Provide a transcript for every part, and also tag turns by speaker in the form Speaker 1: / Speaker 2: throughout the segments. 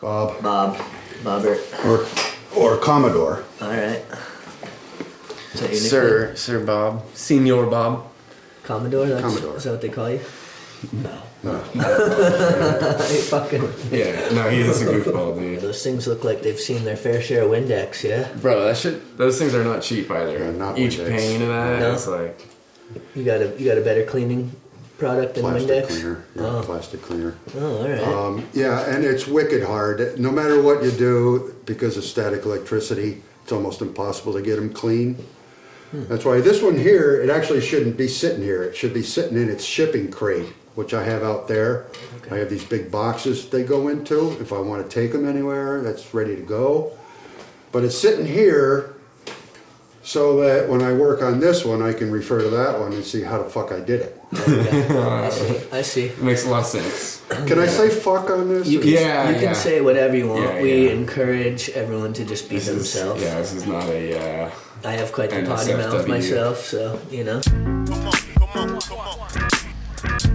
Speaker 1: Bob,
Speaker 2: Bob, Bobbert.
Speaker 1: or, or Commodore.
Speaker 2: All right. Is that your nickname?
Speaker 3: Sir, Sir Bob, Senior Bob.
Speaker 2: Commodore. That's,
Speaker 1: Commodore.
Speaker 2: Is that what they call you? No. No. fucking.
Speaker 3: Yeah, no, he is a goofball, dude.
Speaker 2: Those things look like they've seen their fair share of Windex. Yeah.
Speaker 3: Bro, that shit. Those things are not cheap either.
Speaker 1: Yeah, not
Speaker 3: Each
Speaker 1: Windex.
Speaker 3: pane of that
Speaker 2: No.
Speaker 3: is like
Speaker 2: You got a you got a better cleaning product than
Speaker 1: Plastic
Speaker 2: Windex.
Speaker 1: cleaner. Yeah,
Speaker 2: Oh.
Speaker 1: plastic cleaner.
Speaker 2: oh, all right.
Speaker 1: Um, yeah, and it's wicked hard. No matter what you do, because of static electricity, it's almost impossible to get them clean. That's why this one here, it actually shouldn't be sitting here. It should be sitting in its shipping crate, which I have out there. I have these big boxes they go into. If I want to take them anywhere, that's ready to go. But it's sitting here so that when I work on this one, I can refer to that one and see how the fuck I did it. Uh,
Speaker 2: I see. I see.
Speaker 3: it makes a lot of sense.
Speaker 1: Can I say fuck on this?
Speaker 2: You can,
Speaker 3: Yeah,
Speaker 2: you can
Speaker 3: yeah.
Speaker 2: say whatever you want.
Speaker 3: Yeah,
Speaker 2: we
Speaker 3: yeah.
Speaker 2: encourage everyone to just be
Speaker 3: This is,
Speaker 2: themselves.
Speaker 3: yeah, this is not a. Uh,
Speaker 2: I have quite the
Speaker 3: And
Speaker 2: potty mouth
Speaker 3: SFW.
Speaker 2: myself, so you know.
Speaker 4: Come on, come on, come on.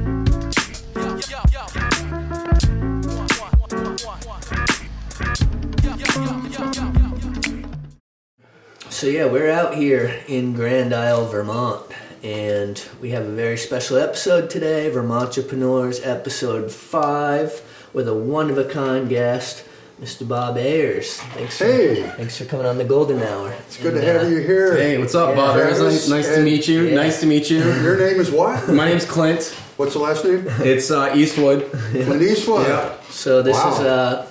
Speaker 2: So yeah, we're out here in Grand Isle, Vermont, and we have a very special episode today, Vermont Entrepreneurs episode five, with a one of a kind guest, Mr. Bob Ayers. Thanks for
Speaker 1: Hey.
Speaker 2: thanks for coming on the Golden Hour. uh,
Speaker 1: It's good to have you here.
Speaker 3: Hey, what's up,
Speaker 2: Yeah.
Speaker 3: Bob? It was Nice, nice to
Speaker 1: And-
Speaker 3: meet you.
Speaker 2: Yeah.
Speaker 3: Nice to meet you.
Speaker 1: Your name is what?
Speaker 3: My name's Clint.
Speaker 1: What's the last name?
Speaker 3: It's uh, Eastwood.
Speaker 1: Clint Eastwood.
Speaker 2: So this
Speaker 1: Wow.
Speaker 2: is a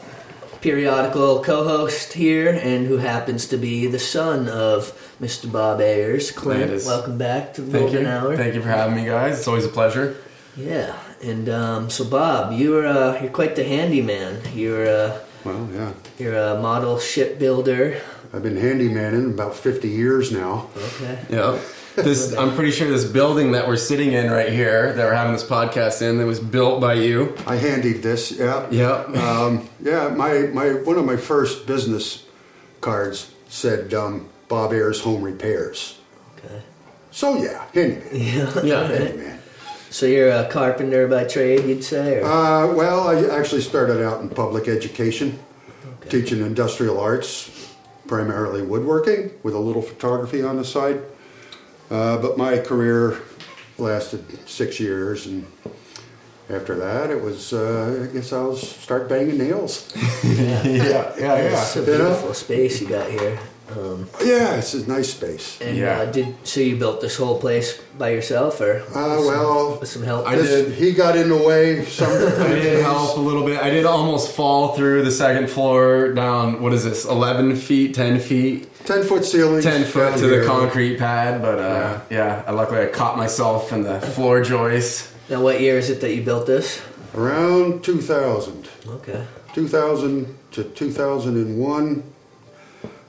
Speaker 2: periodical co-host here, and who happens to be the son of Mr. Bob Ayers. Clint,
Speaker 3: That is-
Speaker 2: welcome back to the
Speaker 3: Thank
Speaker 2: Golden
Speaker 3: you.
Speaker 2: Hour.
Speaker 3: Thank you for having me, guys. It's always a pleasure.
Speaker 2: Yeah, and um, so Bob, you're uh, you're quite the handyman. You're uh,
Speaker 1: Well, yeah.
Speaker 2: you're a model shipbuilder.
Speaker 1: I've been handymaning about 50 years now.
Speaker 2: Okay.
Speaker 3: Yeah. This, I'm pretty sure this building that we're sitting in right here, that we're having this podcast in, that was built by you. Uh,
Speaker 1: I handied this. Yeah.
Speaker 3: Yeah.
Speaker 1: Um, yeah. My, my one of my first business cards said um, Bob Ayers Home Repairs.
Speaker 2: Okay.
Speaker 1: So yeah, handyman.
Speaker 3: Yeah.
Speaker 1: handyman.
Speaker 2: So you're a carpenter by trade, you'd say? Or?
Speaker 1: Uh, well, I actually started out in public education, teaching industrial arts, primarily woodworking, with a little photography on the side. Uh, but my career lasted six years, and after that, it was uh, I guess I'll start banging nails.
Speaker 3: Yeah. Yeah.
Speaker 2: It's a
Speaker 1: You know?
Speaker 2: beautiful space you got here. Um,
Speaker 1: Yeah, it's a nice space.
Speaker 2: and
Speaker 3: Yeah.
Speaker 2: uh, did so you built this whole place by yourself, or
Speaker 1: Uh, well,
Speaker 2: with some help?
Speaker 3: I did.
Speaker 1: he got in the way. Some
Speaker 3: I did help a little bit. I did almost fall through the second floor down, what is this, 11 feet, 10 feet,
Speaker 1: ten foot ceiling,
Speaker 3: 10 foot to the concrete pad. But uh, yeah, I luckily I caught myself in the floor joist.
Speaker 2: Now, what year is it that you built this?
Speaker 1: around two thousand.
Speaker 2: Okay.
Speaker 1: 2000 to 2001,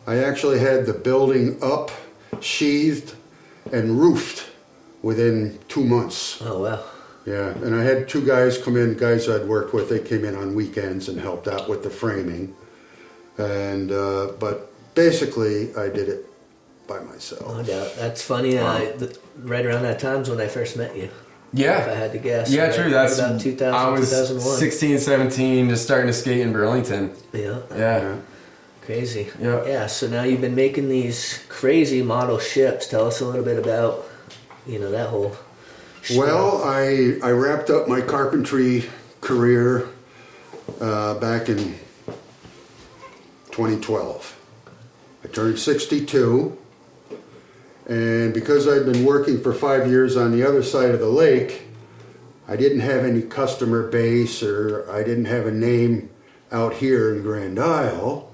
Speaker 1: I actually had the building up, sheathed, and roofed within two months.
Speaker 2: Oh wow.
Speaker 1: Yeah, and I had two guys come in, guys I'd worked with, they came in on weekends and helped out with the framing. And, uh, but basically, I did it by
Speaker 2: No
Speaker 1: myself.
Speaker 2: doubt. That's funny. I, th- right around that time's when I first met you.
Speaker 3: Yeah.
Speaker 2: If I had to guess.
Speaker 3: Yeah,
Speaker 2: right?
Speaker 3: true. That's
Speaker 2: about 2000,
Speaker 3: I was
Speaker 2: 2001.
Speaker 3: 16, 17, just starting to skate in Burlington.
Speaker 2: Yeah.
Speaker 3: Yeah.
Speaker 2: Crazy.
Speaker 3: Yeah.
Speaker 2: Yeah. So now you've been making these crazy model ships. Tell us a little bit about, you know, that whole. shtick.
Speaker 1: Well, I, I wrapped up my carpentry career uh, back in 2012. I turned 62, and because I'd been working for five years on the other side of the lake, I didn't have any customer base or I didn't have a name out here in Grand Isle.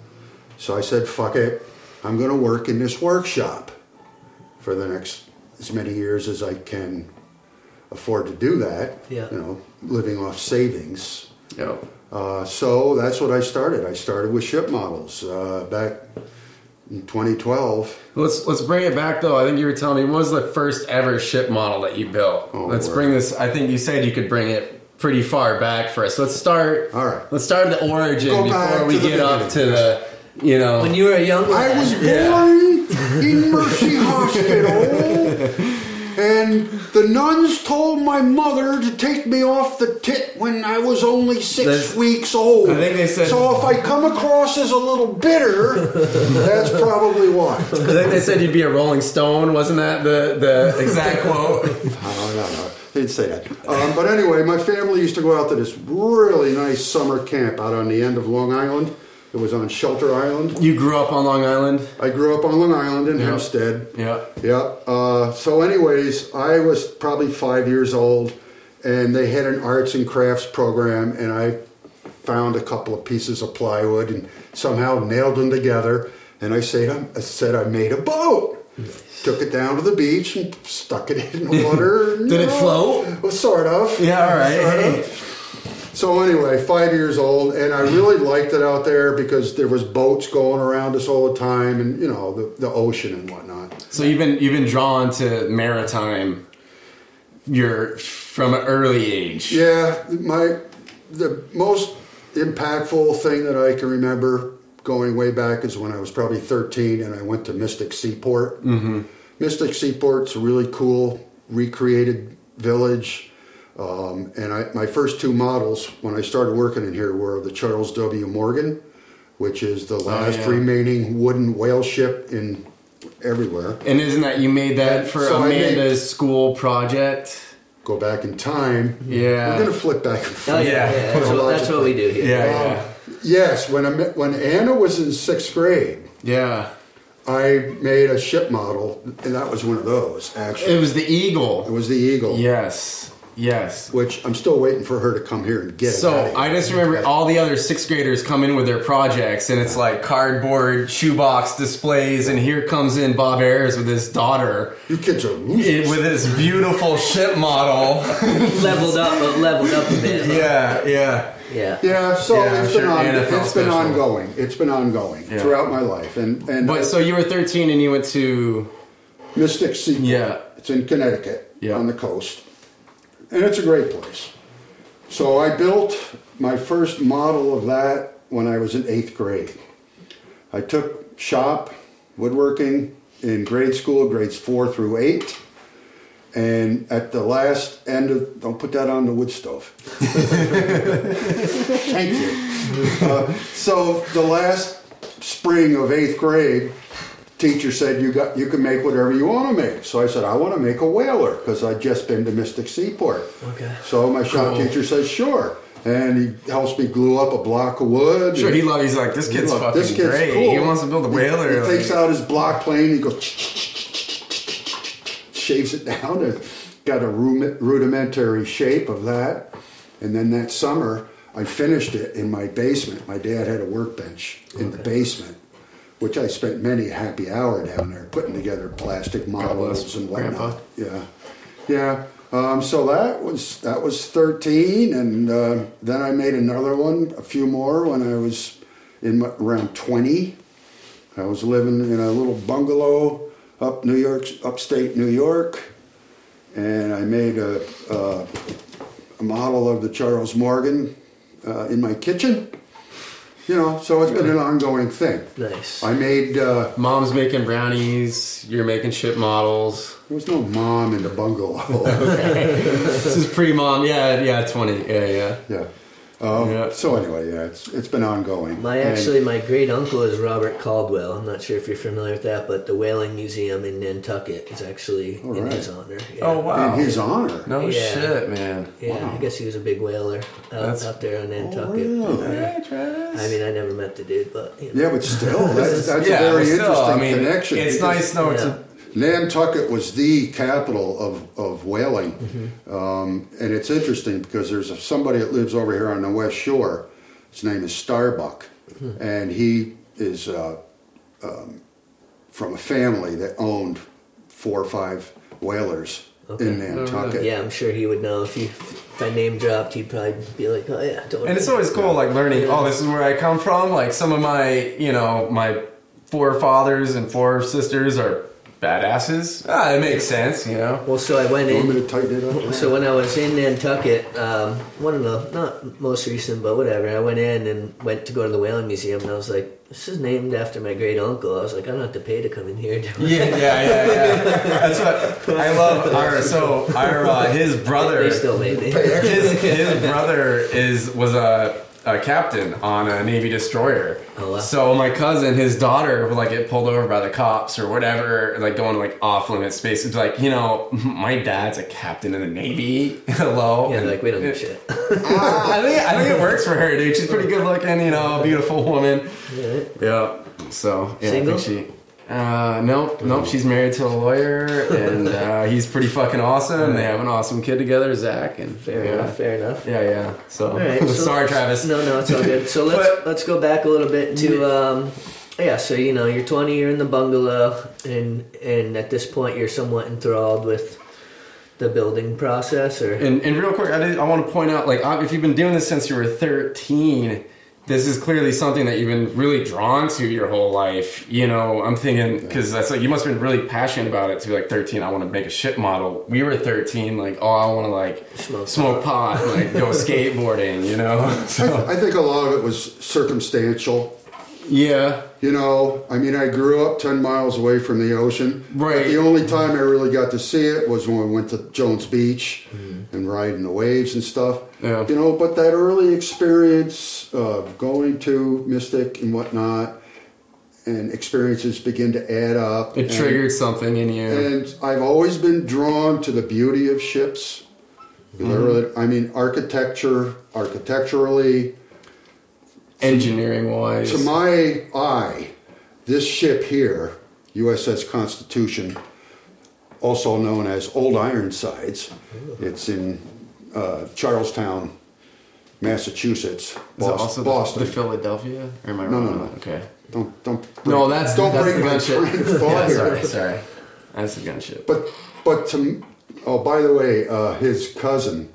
Speaker 1: So I said, fuck it, I'm going to work in this workshop for the next as many years as I can afford to do that.
Speaker 2: Yeah.
Speaker 1: You know, living off savings.
Speaker 3: Yeah.
Speaker 1: Uh, so that's what I started. I started with ship models uh, back in 2012.
Speaker 3: Let's let's bring it back though. I think you were telling me what was the first ever ship model that you built.
Speaker 1: Oh,
Speaker 3: let's
Speaker 1: word.
Speaker 3: bring this. I think you said you could bring it pretty far back for us. Let's start.
Speaker 1: All right.
Speaker 3: Let's start at the origin
Speaker 1: Go back
Speaker 3: before we
Speaker 1: to the
Speaker 3: get up to
Speaker 1: beginning.
Speaker 3: the you know.
Speaker 2: when you were a young
Speaker 1: I was
Speaker 2: lad,
Speaker 1: born in Mercy Hospital, and And the nuns told my mother to take me off the tit when I was only six
Speaker 3: That's-
Speaker 1: weeks old.
Speaker 3: I think they said-
Speaker 1: So if I come across as a little bitter, that's probably why.
Speaker 3: I think they said you'd be a Rolling Stone, wasn't that the, the exact quote?
Speaker 1: I don't know. They didn't say that. Um, but anyway, my family used to go out to this really nice summer camp out on the end of Long Island. It was on Shelter Island.
Speaker 3: You grew up on Long Island?
Speaker 1: I grew up on Long Island in
Speaker 3: Yeah.
Speaker 1: Hempstead.
Speaker 3: Yeah.
Speaker 1: Yeah. Uh, so, anyways, I was probably five years old, and they had an arts and crafts program, and I found a couple of pieces of plywood and somehow nailed them together. And I said, I said I made a boat. Took it down to the beach and stuck it in the water.
Speaker 3: Did it
Speaker 1: Yeah,
Speaker 3: float?
Speaker 1: Well, sort of.
Speaker 3: Yeah, all right.
Speaker 1: Sort of.
Speaker 3: Hey.
Speaker 1: So anyway, five years old, and I really liked it out there because there was boats going around us all the time, and you know the, the ocean and whatnot.
Speaker 3: So you've been you've been drawn to maritime you're from an early age.
Speaker 1: Yeah, my the most impactful thing that I can remember going way back is when I was probably 13 and I went to Mystic Seaport. Mm-hmm. Mystic Seaport's a really cool recreated village. Um, and I, my first two models when I started working in here were of the Charles W. Morgan, which is the last
Speaker 3: Oh, yeah.
Speaker 1: remaining wooden whale ship in everywhere.
Speaker 3: And isn't that you made that for
Speaker 1: So I made-
Speaker 3: Amanda's school project?
Speaker 1: Go back in time.
Speaker 3: Yeah.
Speaker 1: We're going to flip back. and
Speaker 2: Oh,
Speaker 1: forth.
Speaker 2: yeah,
Speaker 3: Yeah.
Speaker 2: yeah, That's, what, that's what we do here.
Speaker 3: Yeah, yeah.
Speaker 1: Um, yes, when I met, when Anna was in sixth grade,
Speaker 3: Yeah.
Speaker 1: I made a ship model, and that was one of those. Actually,
Speaker 3: It was the
Speaker 1: it
Speaker 3: eagle.
Speaker 1: was the Eagle.
Speaker 3: Yes. Yes.
Speaker 1: Which I'm still waiting for her to come here and get it. out
Speaker 3: So
Speaker 1: of
Speaker 3: I
Speaker 1: here.
Speaker 3: just remember all the other sixth graders come in with their projects, and it's like cardboard shoebox displays, and here comes in Bob Ayers with his daughter
Speaker 1: you kids are
Speaker 3: it-
Speaker 1: losers.
Speaker 3: with his beautiful ship model.
Speaker 2: Leveled up, but leveled up a bit.
Speaker 3: yeah, yeah.
Speaker 2: Yeah.
Speaker 1: yeah, so
Speaker 3: Yeah, I'm
Speaker 1: it's been,
Speaker 3: sure
Speaker 1: on,
Speaker 3: Anna
Speaker 1: it's
Speaker 3: felt
Speaker 1: been
Speaker 3: special.
Speaker 1: ongoing. It's been ongoing
Speaker 3: Yeah.
Speaker 1: throughout my life, and and
Speaker 3: But so you were 13 and you went to
Speaker 1: Mystic Sea.
Speaker 3: Yeah.
Speaker 1: It's in Connecticut
Speaker 3: Yeah.
Speaker 1: on the coast. And it's a great place. So I built my first model of that when I was in eighth grade. I took shop, woodworking in grade school, grades four through eight. And at the last end of, don't put that on the wood stove. Thank you. Uh, so the last spring of eighth grade, teacher said you got you can make whatever you want to make. So I said I want to make a whaler because I'd just been to Mystic Seaport.
Speaker 2: Okay.
Speaker 1: So my shop
Speaker 3: Cool.
Speaker 1: teacher says sure, and he helps me glue up a block of wood.
Speaker 3: Sure,
Speaker 1: and-
Speaker 3: he loved. He's like, this kid's
Speaker 1: Look,
Speaker 3: fucking
Speaker 1: this kid's
Speaker 3: great.
Speaker 1: cool.
Speaker 3: He wants to build a
Speaker 1: He-
Speaker 3: whaler.
Speaker 1: He,
Speaker 3: like-
Speaker 1: takes out his block plane. He goes, shaves it down. And got a rumi- rudimentary shape of that. And then that summer, I finished it in my basement. My dad had a workbench in the basement, which I spent many a happy hour down there putting together plastic models and whatnot.
Speaker 3: Grandpa.
Speaker 1: Yeah, yeah. Um, so that was that was thirteen, and uh, then I made another one, a few more when I was in my, around twenty. I was living in a little bungalow up New York, upstate New York, and I made a, a, a model of the Charles Morgan uh, in my kitchen. You know, so it's been an ongoing thing.
Speaker 2: Nice.
Speaker 1: I made. Uh,
Speaker 3: Mom's making brownies. You're making ship models.
Speaker 1: there was no mom in the bungalow.
Speaker 3: this is pre-mom. Yeah, yeah, 20. Yeah, yeah.
Speaker 1: Yeah. Um,
Speaker 3: Yeah.
Speaker 1: So anyway, yeah, it's it's been ongoing.
Speaker 2: My
Speaker 1: And-
Speaker 2: actually, my great uncle is Robert Caldwell. I'm not sure if you're familiar with that, but the Whaling Museum in Nantucket is actually
Speaker 1: All
Speaker 2: in
Speaker 1: right.
Speaker 2: his honor. Yeah.
Speaker 3: Oh wow.
Speaker 1: in his honor.
Speaker 3: no
Speaker 2: Yeah.
Speaker 3: shit, man.
Speaker 2: Yeah, I guess he was a big whaler out,
Speaker 3: That's-
Speaker 2: out there on Nantucket.
Speaker 1: Really?
Speaker 2: I mean, I never met the dude, but you know.
Speaker 1: Oh, Yeah, but still, that's, that's
Speaker 3: Yeah,
Speaker 1: a very
Speaker 3: but still,
Speaker 1: interesting
Speaker 3: I mean,
Speaker 1: connection.
Speaker 3: It's
Speaker 1: because
Speaker 3: nice though. It's
Speaker 2: Yeah.
Speaker 3: a,
Speaker 1: Nantucket was the capital of of whaling,
Speaker 2: Mm-hmm.
Speaker 1: um, and it's interesting because there's somebody that lives over here on the West Shore. His name is Starbuck,
Speaker 2: Hmm.
Speaker 1: and he is uh, um, from a family that owned four or five whalers in Nantucket.
Speaker 2: Oh, Yeah, I'm sure he would know if he if I name dropped, he'd probably be like, "Oh yeah, totally."
Speaker 3: and it's always cool, like learning. Oh, this is where I come from. Like some of my, you know, my forefathers and four sisters are badasses. Ah, it makes sense, you know.
Speaker 2: Well, so I went
Speaker 1: You want me
Speaker 2: in.
Speaker 1: to tighten it up?
Speaker 2: So when I was in Nantucket, um, one of the not most recent, but whatever, I went in and went to go to the whaling museum, and I was like, "This is named after my great uncle." I was like, "I don't have to pay to come in here." do I?"
Speaker 3: Yeah, yeah, yeah, yeah. That's what I love. Our so our uh, his brother.
Speaker 2: They still made me.
Speaker 3: his, his brother is was a, a captain on a navy destroyer.
Speaker 2: Oh, wow.
Speaker 3: So my cousin, his daughter, would like get pulled over by the cops or whatever, like going like off limit space. It's like you know, my dad's a captain in the navy. Hello.
Speaker 2: Yeah,
Speaker 3: And-
Speaker 2: like we don't give a shit.
Speaker 3: I think I think it works for her, dude. She's pretty good looking, you know, beautiful woman.
Speaker 2: Alright.
Speaker 3: Yeah. So yeah,
Speaker 2: Single?
Speaker 3: I think she. Uh, nope, nope. She's married to a lawyer, and uh, he's pretty fucking awesome. They have an awesome kid together, Zach. And
Speaker 2: Fair
Speaker 3: yeah.
Speaker 2: enough. Fair enough.
Speaker 3: Yeah, yeah. So,
Speaker 2: All right, so
Speaker 3: sorry,
Speaker 2: let's-
Speaker 3: Travis.
Speaker 2: No, no, it's all good. So let's
Speaker 3: But-
Speaker 2: let's go back a little bit to um, yeah. So you know, you're 20, you're in the bungalow, and and at this point, you're somewhat enthralled with the building process, or
Speaker 3: And, and real quick, I, did, I want to point out, like, ob- if you've been doing this since you were 13, this is clearly something that you've been really drawn to your whole life. You know, I'm thinking because that's like you must have been really passionate about it to be like 13. I want to make a ship model. We were 13, like, oh, I want to like
Speaker 2: Smoke
Speaker 3: smoke, pot, and, like go skateboarding. You know, so
Speaker 1: I think a lot of it was circumstantial.
Speaker 3: yeah,
Speaker 1: You know, I mean, I grew up 10 miles away from the ocean.
Speaker 3: Right.
Speaker 1: But the only time I really got to see it was when we went to Jones Beach and riding the waves and stuff.
Speaker 3: Mm-hmm. Yeah.
Speaker 1: You know, but that early experience of going to Mystic and whatnot and experiences begin to add up.
Speaker 3: it
Speaker 1: and-
Speaker 3: triggered something in you.
Speaker 1: and I've always been drawn to the beauty of ships.
Speaker 3: Mm-hmm.
Speaker 1: You know, really- I mean, architecture, architecturally,
Speaker 3: engineering wise.
Speaker 1: to my eye, this ship here, USS Constitution, also known as Old Ironsides, it's in uh, Charlestown, Massachusetts,
Speaker 3: Is it
Speaker 1: Bos-
Speaker 3: also the-
Speaker 1: Boston.
Speaker 3: The, Philadelphia? Or am I
Speaker 1: no,
Speaker 3: wrong? on
Speaker 1: no.
Speaker 3: that? Okay.
Speaker 1: don't don't
Speaker 3: No, that's
Speaker 1: don't
Speaker 3: that's
Speaker 1: bring
Speaker 3: the
Speaker 1: my
Speaker 3: gunship.
Speaker 1: train
Speaker 3: yeah,
Speaker 1: fire.
Speaker 3: sorry, sorry. That's the gunship.
Speaker 1: But but to m- oh by the way, uh, his cousin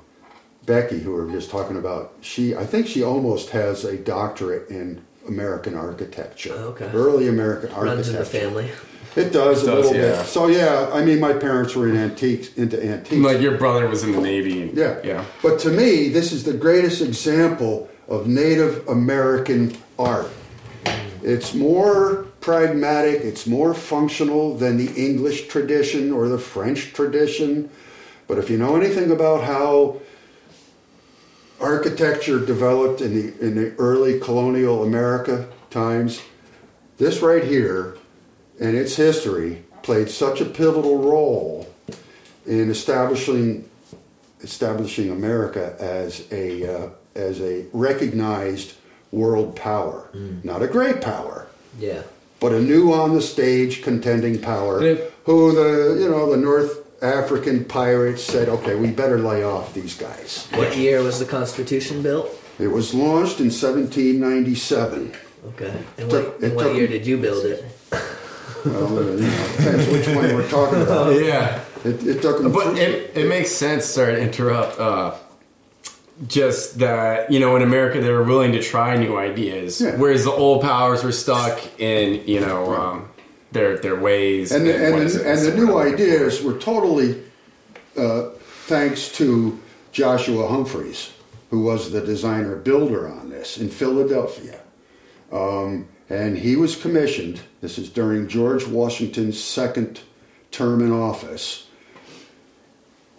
Speaker 1: Becky, who we were just talking about, she I think she almost has a doctorate in American architecture,
Speaker 3: Oh,
Speaker 2: Okay.
Speaker 1: early American
Speaker 2: runs in
Speaker 1: architecture.
Speaker 2: the family.
Speaker 1: It does
Speaker 3: It
Speaker 1: a
Speaker 3: does,
Speaker 1: little
Speaker 3: yeah.
Speaker 1: bit. So yeah, I mean, my parents were in antiques into antiques.
Speaker 3: like your brother was in the navy.
Speaker 1: yeah,
Speaker 3: yeah.
Speaker 1: But to me, this is the greatest example of Native American art. It's more pragmatic, it's more functional than the English tradition or the French tradition. But if you know anything about how architecture developed in the in the early colonial America times, this right here and its history played such a pivotal role in establishing establishing America as a uh, as a recognized world power,
Speaker 3: Hmm.
Speaker 1: not a great power,
Speaker 2: Yeah.
Speaker 1: but a new on the stage contending power.
Speaker 3: Yeah.
Speaker 1: Who the you know the North African pirates said, okay, we better lay off these guys.
Speaker 2: What year was the Constitution built?
Speaker 1: It was launched in 1797.
Speaker 2: Okay. And
Speaker 1: Took-
Speaker 2: what,
Speaker 1: it
Speaker 2: and what
Speaker 1: took-
Speaker 2: year did you build it?
Speaker 1: Well, you know, depends which one we're talking about.
Speaker 3: Yeah.
Speaker 1: It, it took them.
Speaker 3: But it, it makes sense, sorry to interrupt. Uh, just that, you know, in America, they were willing to try new ideas.
Speaker 1: Yeah.
Speaker 3: Whereas the old powers were stuck in, you know, um, their their ways.
Speaker 1: and the,
Speaker 3: what
Speaker 1: and,
Speaker 3: is it-
Speaker 1: the, and the
Speaker 3: what I'm
Speaker 1: new
Speaker 3: looking for.
Speaker 1: ideas were totally uh, thanks to Joshua Humphreys, who was the designer builder on this in Philadelphia. Um, and he was commissioned, this is during George Washington's second term in office.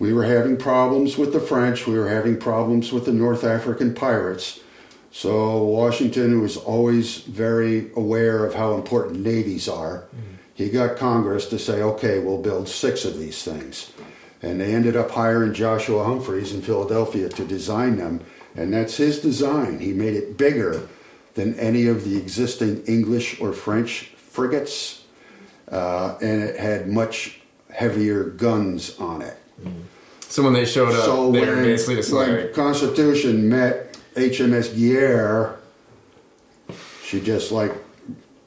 Speaker 1: We were having problems with the French, we were having problems with the North African pirates. So Washington was always very aware of how important navies are. He got Congress to say, okay, we'll build six of these things. And they ended up hiring Joshua Humphreys in Philadelphia to design them. And that's his design. He made it bigger than any of the existing English or French frigates. Uh, and it had much heavier guns on it.
Speaker 3: So when they showed up,
Speaker 1: So
Speaker 3: uh, they
Speaker 1: when,
Speaker 3: were basically just
Speaker 1: when
Speaker 3: like,
Speaker 1: Constitution met HMS Guerre, she just like,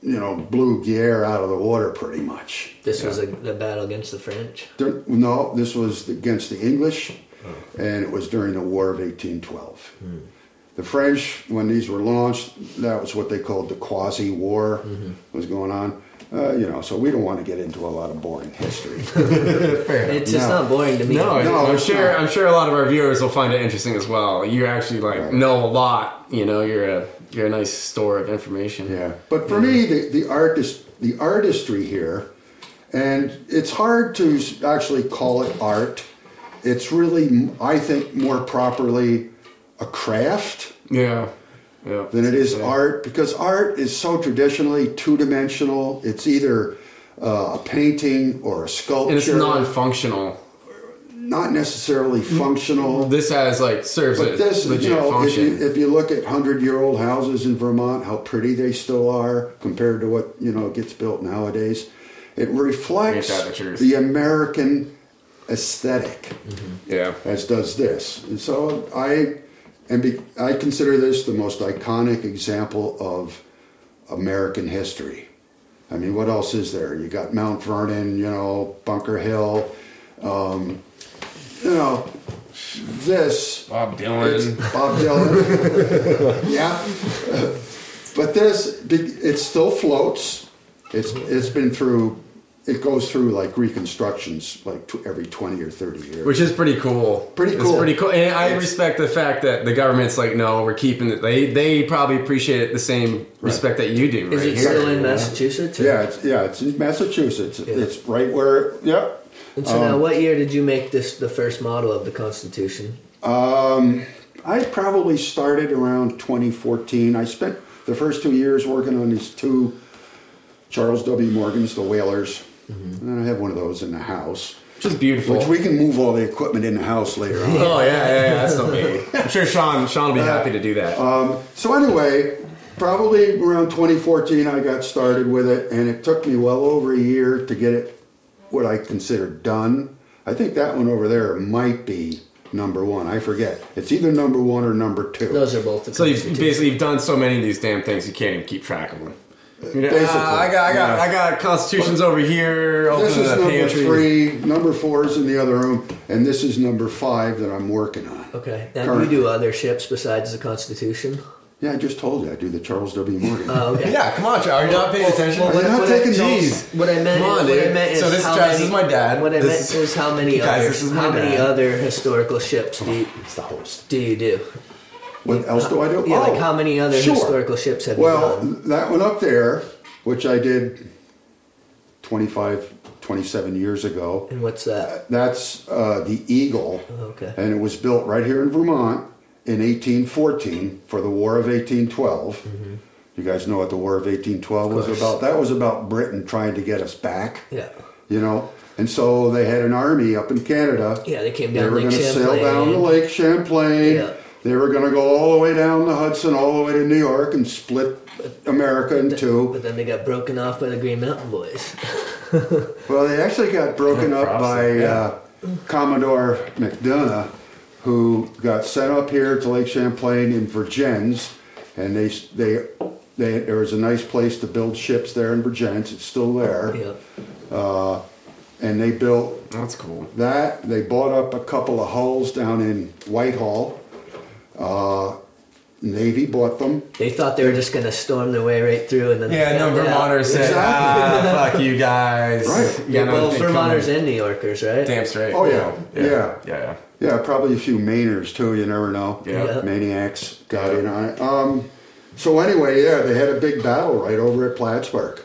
Speaker 1: you know, blew Guerre out of the water pretty much.
Speaker 2: This was a, the battle against the French.
Speaker 1: There, no,
Speaker 3: Oh. Hmm.
Speaker 1: this was against the English, and it was during the War of 1812. The French, when these were launched, that was what they called the quasi war
Speaker 3: Mm-hmm.
Speaker 1: was going on. Uh, you know, so we don't want to get into a lot of boring history.
Speaker 2: It's just
Speaker 1: No.
Speaker 2: not boring to me.
Speaker 3: No,
Speaker 1: No,
Speaker 3: I'm
Speaker 1: it's
Speaker 3: sure.
Speaker 1: not.
Speaker 3: I'm sure a lot of our viewers will find it interesting as well. You actually like
Speaker 1: Right.
Speaker 3: know a lot. You know, you're a you're a nice store of information.
Speaker 1: Yeah, but for me, the, the artist, the artistry here, and it's hard to s- actually call it art. It's really, I think, more properly a craft
Speaker 3: yeah, yeah.
Speaker 1: than it is
Speaker 3: Yeah.
Speaker 1: art because art is so traditionally two dimensional. It's either uh, a painting or a sculpture,
Speaker 3: and it's non-functional.
Speaker 1: not necessarily
Speaker 3: Mm-hmm.
Speaker 1: functional.
Speaker 3: This has like serves a
Speaker 1: But this,
Speaker 3: legit
Speaker 1: you know, if
Speaker 3: function.
Speaker 1: you, if you look at hundred-year-old houses in Vermont, how pretty they still are compared to what you know gets built nowadays, it reflects
Speaker 3: Ain't that the truth?
Speaker 1: the American aesthetic,
Speaker 3: yeah,
Speaker 1: as does this. And so I, and be, I consider this the most iconic example of American history. I mean, what else is there? You got Mount Vernon, you know, Bunker Hill, um, you know, this.
Speaker 3: Bob
Speaker 1: It's
Speaker 3: Dylan.
Speaker 1: Bob Dylan. yeah. But this, be- it still floats. It's it's been through. It goes through like reconstructions, like tw- every twenty or thirty years.
Speaker 3: Which is pretty cool.
Speaker 1: Pretty
Speaker 3: It's
Speaker 1: cool.
Speaker 3: pretty cool. And I
Speaker 1: It's-
Speaker 3: respect the fact that the government's like, no, we're keeping it. They they probably appreciate it the same respect that you do.
Speaker 2: Is
Speaker 3: right?
Speaker 2: it still in Massachusetts? or-
Speaker 1: yeah, it's, yeah, it's in Massachusetts. It-
Speaker 2: Yeah.
Speaker 1: It's right where. Yep.
Speaker 2: And so
Speaker 3: um,
Speaker 2: now, what year did you make this the first model of the Constitution?
Speaker 1: I probably started around 2014. I spent the first two years working on these two Charles W. Morgans, the Whalers, and I have one of those in the house.
Speaker 3: Which is beautiful.
Speaker 1: Which we can move all the equipment in the house later on.
Speaker 3: Oh yeah, yeah, yeah. That's no biggie. I'm sure Sean Sean
Speaker 1: Uh,
Speaker 3: will be happy to do that.
Speaker 1: So anyway, probably around 2014, I got started with it, and it took me well over a year to get it what I consider done. I think that one over there might be number one. I forget. It's either number one or number two.
Speaker 2: Those are both the
Speaker 3: so you
Speaker 2: Constitution.
Speaker 3: basically you've done so many of these damn things, you can't even keep track of them. You know,
Speaker 1: Basically,
Speaker 3: ah, I got, I got,
Speaker 1: yeah.
Speaker 3: I got constitutions over here. Open
Speaker 1: this is
Speaker 3: the
Speaker 1: number
Speaker 3: pantry.
Speaker 1: three. Number four is in the other room, and this is number five that I'm working on.
Speaker 2: Okay. Now
Speaker 1: Current.
Speaker 2: you do other ships besides the Constitution.
Speaker 1: Yeah, I just told you I do the Charles W. Morgan.
Speaker 2: Oh, okay.
Speaker 3: Yeah, come on, Sean. Are you not paying attention?
Speaker 1: well, You're not
Speaker 2: I-
Speaker 1: taking
Speaker 2: geez,
Speaker 1: notes.
Speaker 2: What I meant,
Speaker 3: Come on,
Speaker 2: what I
Speaker 3: dude.
Speaker 2: meant is
Speaker 3: So this is
Speaker 2: how
Speaker 3: Travis,
Speaker 2: many,
Speaker 3: this is my dad.
Speaker 2: What I
Speaker 3: This
Speaker 2: meant
Speaker 3: is-
Speaker 2: is how many
Speaker 3: Guys,
Speaker 2: other
Speaker 3: this is my
Speaker 2: how many
Speaker 3: dad.
Speaker 2: other historical ships do you,
Speaker 1: It's the host.
Speaker 2: do you do?
Speaker 1: What else do I do?
Speaker 2: Yeah,
Speaker 1: Oh,
Speaker 2: like how many other
Speaker 1: sure.
Speaker 2: historical ships have
Speaker 1: Well,
Speaker 2: you done?
Speaker 1: that one up there, which I did 25, 27 years ago,
Speaker 2: And what's that?
Speaker 1: that's uh, the Eagle.
Speaker 2: Okay.
Speaker 1: And it was built right here in Vermont in 1814 for the War of 1812. You guys know what the War of 1812 was
Speaker 2: course.
Speaker 1: about? That was about Britain trying to get us back.
Speaker 2: Yeah.
Speaker 1: You know, and so they had an army up in Canada.
Speaker 2: Yeah, they came
Speaker 1: They
Speaker 2: down
Speaker 1: were
Speaker 2: Lake
Speaker 1: going to sail down
Speaker 2: Champlain.
Speaker 1: the Lake Champlain.
Speaker 2: Yeah.
Speaker 1: They were going to go all the way down the Hudson, all the way to New York, and split America in two.
Speaker 2: But then they got broken off by the Green Mountain Boys.
Speaker 1: Well, they actually got broken
Speaker 3: Yeah,
Speaker 1: up
Speaker 3: props,
Speaker 1: by
Speaker 3: yeah.
Speaker 1: uh, Commodore McDonough, who got sent up here to Lake Champlain in Virgins, and they they. They, there was a nice place to build ships there in Virgins. It's still there,
Speaker 2: yeah.
Speaker 1: and they built
Speaker 3: That's cool.
Speaker 1: that. They bought up a couple of hulls down in Whitehall. Uh, Navy bought them.
Speaker 2: They thought they were just going to storm their way right through and then. they
Speaker 3: Yeah, no
Speaker 2: found out.
Speaker 3: Vermonters said,
Speaker 1: Exactly.
Speaker 3: ah, fuck you guys.
Speaker 1: Right.
Speaker 3: You got
Speaker 2: well,
Speaker 3: nothing coming.
Speaker 2: Vermonters and New Yorkers, right?
Speaker 3: Damn straight.
Speaker 1: Oh, yeah.
Speaker 3: Yeah.
Speaker 1: Yeah.
Speaker 3: Yeah.
Speaker 1: Yeah, probably a few Mainers too. You never know.
Speaker 3: Yeah.
Speaker 2: Yeah.
Speaker 1: maniacs got in on it. Um, so anyway, yeah, they had a big battle right over at Plattsburgh,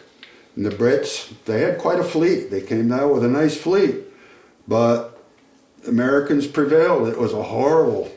Speaker 1: and the Brits they had quite a fleet. They came down with a nice fleet, but Americans prevailed. It was a horrible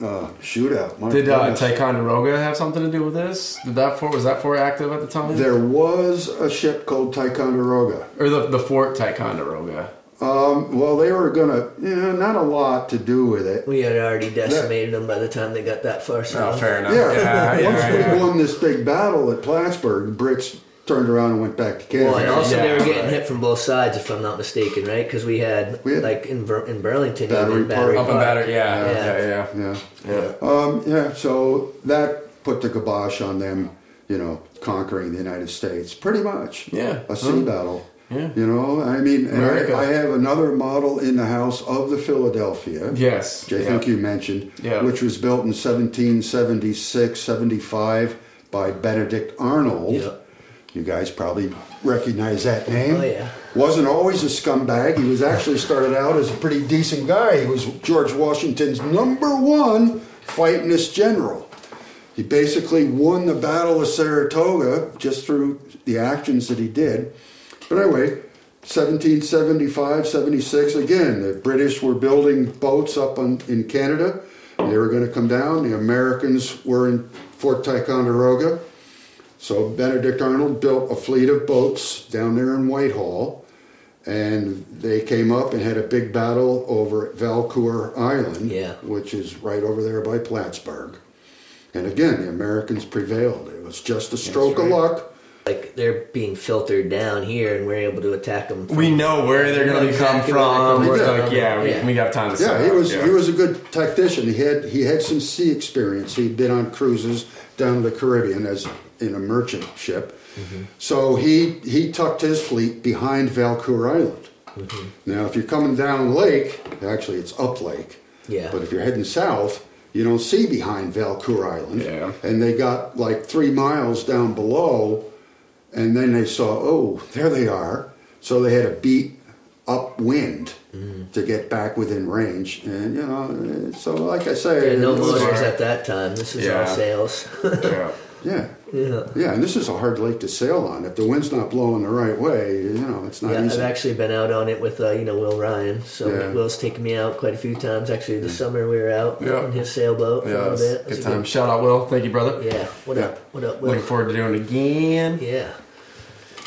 Speaker 1: uh, shootout. My
Speaker 3: Did uh,
Speaker 1: goodness.
Speaker 3: Ticonderoga have something to do with this? Did that fort was that fort active at the time?
Speaker 1: there was a ship called Ticonderoga.
Speaker 3: or the the fort Ticonderoga?
Speaker 1: Um, Well, they were gonna, you know, not a lot to do with it.
Speaker 2: We had already decimated them by the time they got that far
Speaker 3: Oh,
Speaker 2: south.
Speaker 3: fair enough.
Speaker 1: Yeah,
Speaker 3: yeah,
Speaker 1: once
Speaker 3: yeah,
Speaker 1: we
Speaker 3: yeah.
Speaker 1: won this big battle at Plattsburgh, Brits turned around and went back to Canada.
Speaker 2: Well, and also they
Speaker 3: Yeah.
Speaker 2: were getting hit from both sides, if I'm not mistaken, right? Because we had,
Speaker 1: We had-
Speaker 2: like in Bur- in Burlington,
Speaker 1: Battery
Speaker 2: you had Battery
Speaker 1: Park.
Speaker 3: Up and
Speaker 2: Park.
Speaker 3: batter, yeah, yeah,
Speaker 2: Yeah.
Speaker 3: yeah, yeah.
Speaker 1: yeah.
Speaker 3: yeah.
Speaker 1: Um, yeah, so that put the kibosh on them, you know, conquering the United States, pretty much.
Speaker 3: Yeah.
Speaker 1: A sea battle.
Speaker 3: Yeah.
Speaker 1: You know, I mean, and
Speaker 3: America.
Speaker 1: I, I have another model in the house of the Philadelphia.
Speaker 3: Yes.
Speaker 1: which I think you mentioned,
Speaker 3: Yeah.
Speaker 1: which was built in 1776, 75 by Benedict Arnold.
Speaker 2: Yeah.
Speaker 1: You guys probably recognize that name.
Speaker 2: Oh, yeah.
Speaker 1: Wasn't always a scumbag. He was actually started out as a pretty decent guy. He was George Washington's number one fightingest general. He basically won the Battle of Saratoga just through the actions that he did. But anyway, 1775, 76, again, the British were building boats up on, in Canada. and They were going to come down. The Americans were in Fort Ticonderoga. So Benedict Arnold built a fleet of boats down there in Whitehall. And they came up and had a big battle over at Valcour Island,
Speaker 2: Yeah.
Speaker 1: which is right over there by Plattsburgh. And again, the Americans prevailed. It was just a stroke of
Speaker 3: right.
Speaker 1: luck.
Speaker 2: Like they're being filtered down here, and we're able to attack them.
Speaker 3: We know where they're going to come
Speaker 2: Exactly where they're
Speaker 3: from.
Speaker 2: coming
Speaker 3: We're
Speaker 1: from.
Speaker 3: like, yeah, we,
Speaker 2: Yeah.
Speaker 3: we got time to set
Speaker 1: Yeah, he
Speaker 3: up,
Speaker 1: was
Speaker 3: yeah.
Speaker 1: he was a good tactician. He had he had some sea experience. He'd been on cruises down the Caribbean as in a merchant ship. So he he tucked his fleet behind Valcour Island. Now, if you're coming down lake, actually it's up lake.
Speaker 2: Yeah.
Speaker 1: But if you're heading south, you don't see behind Valcour Island.
Speaker 3: Yeah.
Speaker 1: And they got like three miles down below, and then they saw, oh, there they are. So they had a beat upwind
Speaker 2: Mm.
Speaker 1: to get back within range. And, you know, eh, so like I say,
Speaker 2: Yeah, no
Speaker 1: it was-
Speaker 2: motors at that time. This is all
Speaker 3: Yeah.
Speaker 2: sails.
Speaker 3: Yeah.
Speaker 1: yeah.
Speaker 2: yeah.
Speaker 1: Yeah, and this is a hard lake to sail on. If the wind's not blowing the right way, you know, it's not
Speaker 2: Yeah,
Speaker 1: easy.
Speaker 2: I've actually been out on it with uh, you know Will Ryan. So
Speaker 1: Yeah.
Speaker 2: Will's taken me out quite a few times. Actually, this summer we were out
Speaker 3: Yeah.
Speaker 2: on his sailboat for a
Speaker 3: Yeah,
Speaker 2: little
Speaker 3: it's
Speaker 2: bit.
Speaker 3: a
Speaker 2: It
Speaker 3: good
Speaker 2: was a
Speaker 3: time. Shout out, Will. Thank you, brother.
Speaker 2: good- yeah. What
Speaker 1: Yeah.
Speaker 2: up? What up, Will?
Speaker 3: Looking forward to doing it again.
Speaker 2: Yeah.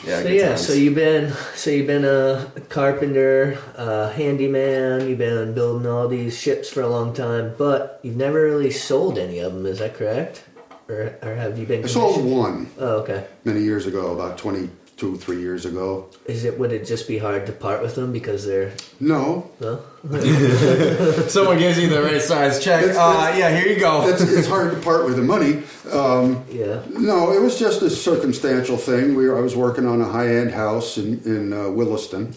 Speaker 3: Yeah.
Speaker 2: So
Speaker 3: good
Speaker 2: yeah,
Speaker 3: times.
Speaker 2: so you've been so you've been a carpenter, a handyman. You've been building all these ships for a long time, but you've never really sold any of them. Is that correct? Or, or have you been?
Speaker 1: I sold
Speaker 2: commissioned?
Speaker 1: one
Speaker 2: Oh, okay.
Speaker 1: many years ago, about 22, 3 years ago.
Speaker 2: Is it would it just be hard to part with them because they're
Speaker 1: No,
Speaker 2: no?
Speaker 3: someone gives you the right size check.
Speaker 1: That's-
Speaker 3: uh, yeah, here you go.
Speaker 1: it's, it's hard to part with the money.
Speaker 2: Yeah.
Speaker 1: No, it was just a circumstantial thing. We were, I was working on a high end house in, in uh, Williston.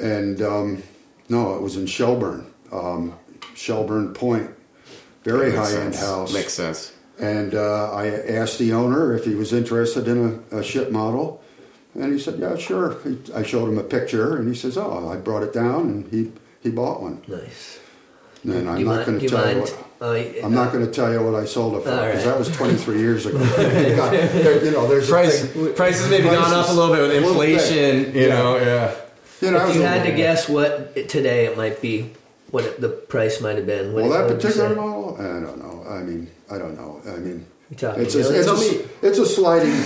Speaker 1: And um, no, it was in Shelburne, um, Shelburne Point. Very
Speaker 3: Makes
Speaker 1: high end
Speaker 3: sense.
Speaker 1: house.
Speaker 3: Makes sense.
Speaker 1: And uh, I asked the owner if he was interested in a, a ship model. And he said, Yeah, sure. He, I showed him a picture and he says, Oh, I brought it down and he, he bought one.
Speaker 2: Nice.
Speaker 1: And I'm
Speaker 2: you
Speaker 1: not
Speaker 2: mind-
Speaker 1: going
Speaker 2: do
Speaker 1: to
Speaker 2: you
Speaker 1: tell you
Speaker 2: mind?
Speaker 1: what.
Speaker 2: Oh, y-
Speaker 1: I'm not going to tell you what I sold it for
Speaker 2: All right.
Speaker 1: because that was 23 years ago. God, there- you know, there's a
Speaker 3: Price,
Speaker 1: thing.
Speaker 3: prices maybe gone up a little bit with
Speaker 1: Prices-
Speaker 3: inflation. You
Speaker 1: Yeah.
Speaker 3: know, yeah.
Speaker 1: You know, I
Speaker 2: If
Speaker 1: was
Speaker 2: you
Speaker 1: a-
Speaker 2: had to guess what it- today it might be, what it, the price might have been.
Speaker 1: well,
Speaker 2: What it-
Speaker 1: that
Speaker 2: what would you
Speaker 1: particular
Speaker 2: say?
Speaker 1: model, I don't know. I mean, I don't know. I mean,
Speaker 2: You
Speaker 1: it's
Speaker 2: talking
Speaker 1: a, it's,
Speaker 2: millions?
Speaker 1: a,
Speaker 3: Tell me.
Speaker 1: it's a sliding
Speaker 3: Millie,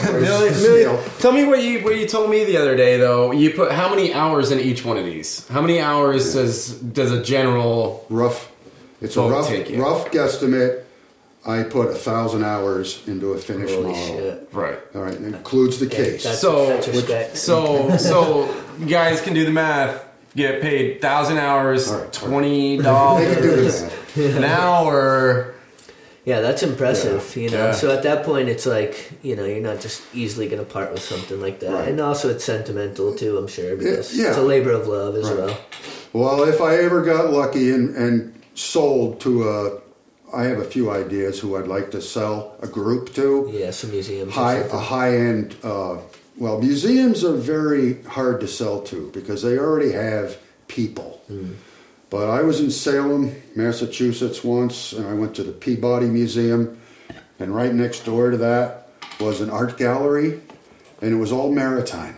Speaker 1: price
Speaker 3: Millie,
Speaker 1: scale.
Speaker 3: tell me what you what you told me the other day though. You put how many hours in each one of these? How many hours does does a general?
Speaker 1: Rough. It's a
Speaker 3: Don't
Speaker 1: rough,
Speaker 3: take it.
Speaker 1: rough guesstimate. I put a thousand hours into a finished
Speaker 2: Holy
Speaker 1: model.
Speaker 2: shit!
Speaker 3: Right.
Speaker 1: All right, and includes the case.
Speaker 2: that's-
Speaker 3: So
Speaker 2: retrospect.
Speaker 3: so so you guys can do the math. Get paid thousand hours,
Speaker 1: All right.
Speaker 3: twenty
Speaker 1: they can do
Speaker 3: dollars
Speaker 1: this.
Speaker 3: an hour.
Speaker 2: Yeah, that's impressive. You know,
Speaker 3: Yeah.
Speaker 2: so at that point, it's like you know, you're not just easily going to part with something like that,
Speaker 1: Right.
Speaker 2: and also it's sentimental too. I'm sure because
Speaker 1: yeah.
Speaker 2: it's a labor of love as
Speaker 1: Right.
Speaker 2: well.
Speaker 1: Well, if I ever got lucky and, and sold to a, I have a few ideas who I'd like to sell a group to.
Speaker 2: Yeah, some museums. or
Speaker 1: High a
Speaker 2: something.
Speaker 1: high end. Uh, well, museums are very hard to sell to because they already have people. But I was in Salem, Massachusetts once, and I went to the Peabody Museum, and right next door to that was an art gallery, and it was all maritime,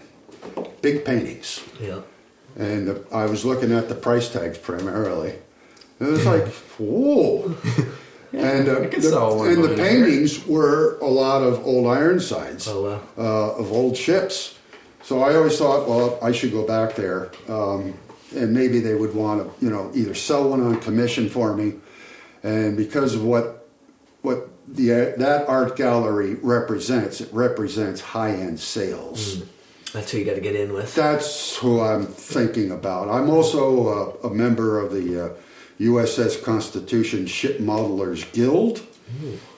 Speaker 1: big paintings
Speaker 2: Yeah.
Speaker 1: and the, I was looking at the price tags primarily. And it was like, whoa! and uh,
Speaker 3: I could
Speaker 1: the,
Speaker 3: sell one
Speaker 1: and the
Speaker 3: going there.
Speaker 1: paintings were a lot of old Ironsides
Speaker 2: Oh wow.
Speaker 1: uh, of old ships. So I always thought, well, I should go back there, um, and maybe they would want to, you know, either sell one on commission for me, and because of what what the that art gallery represents, it represents high end
Speaker 3: Mm.
Speaker 1: sales.
Speaker 2: That's who you got to get in with.
Speaker 1: That's who I'm thinking about. I'm also a, a member of the uh, USS Constitution Ship Modelers Guild,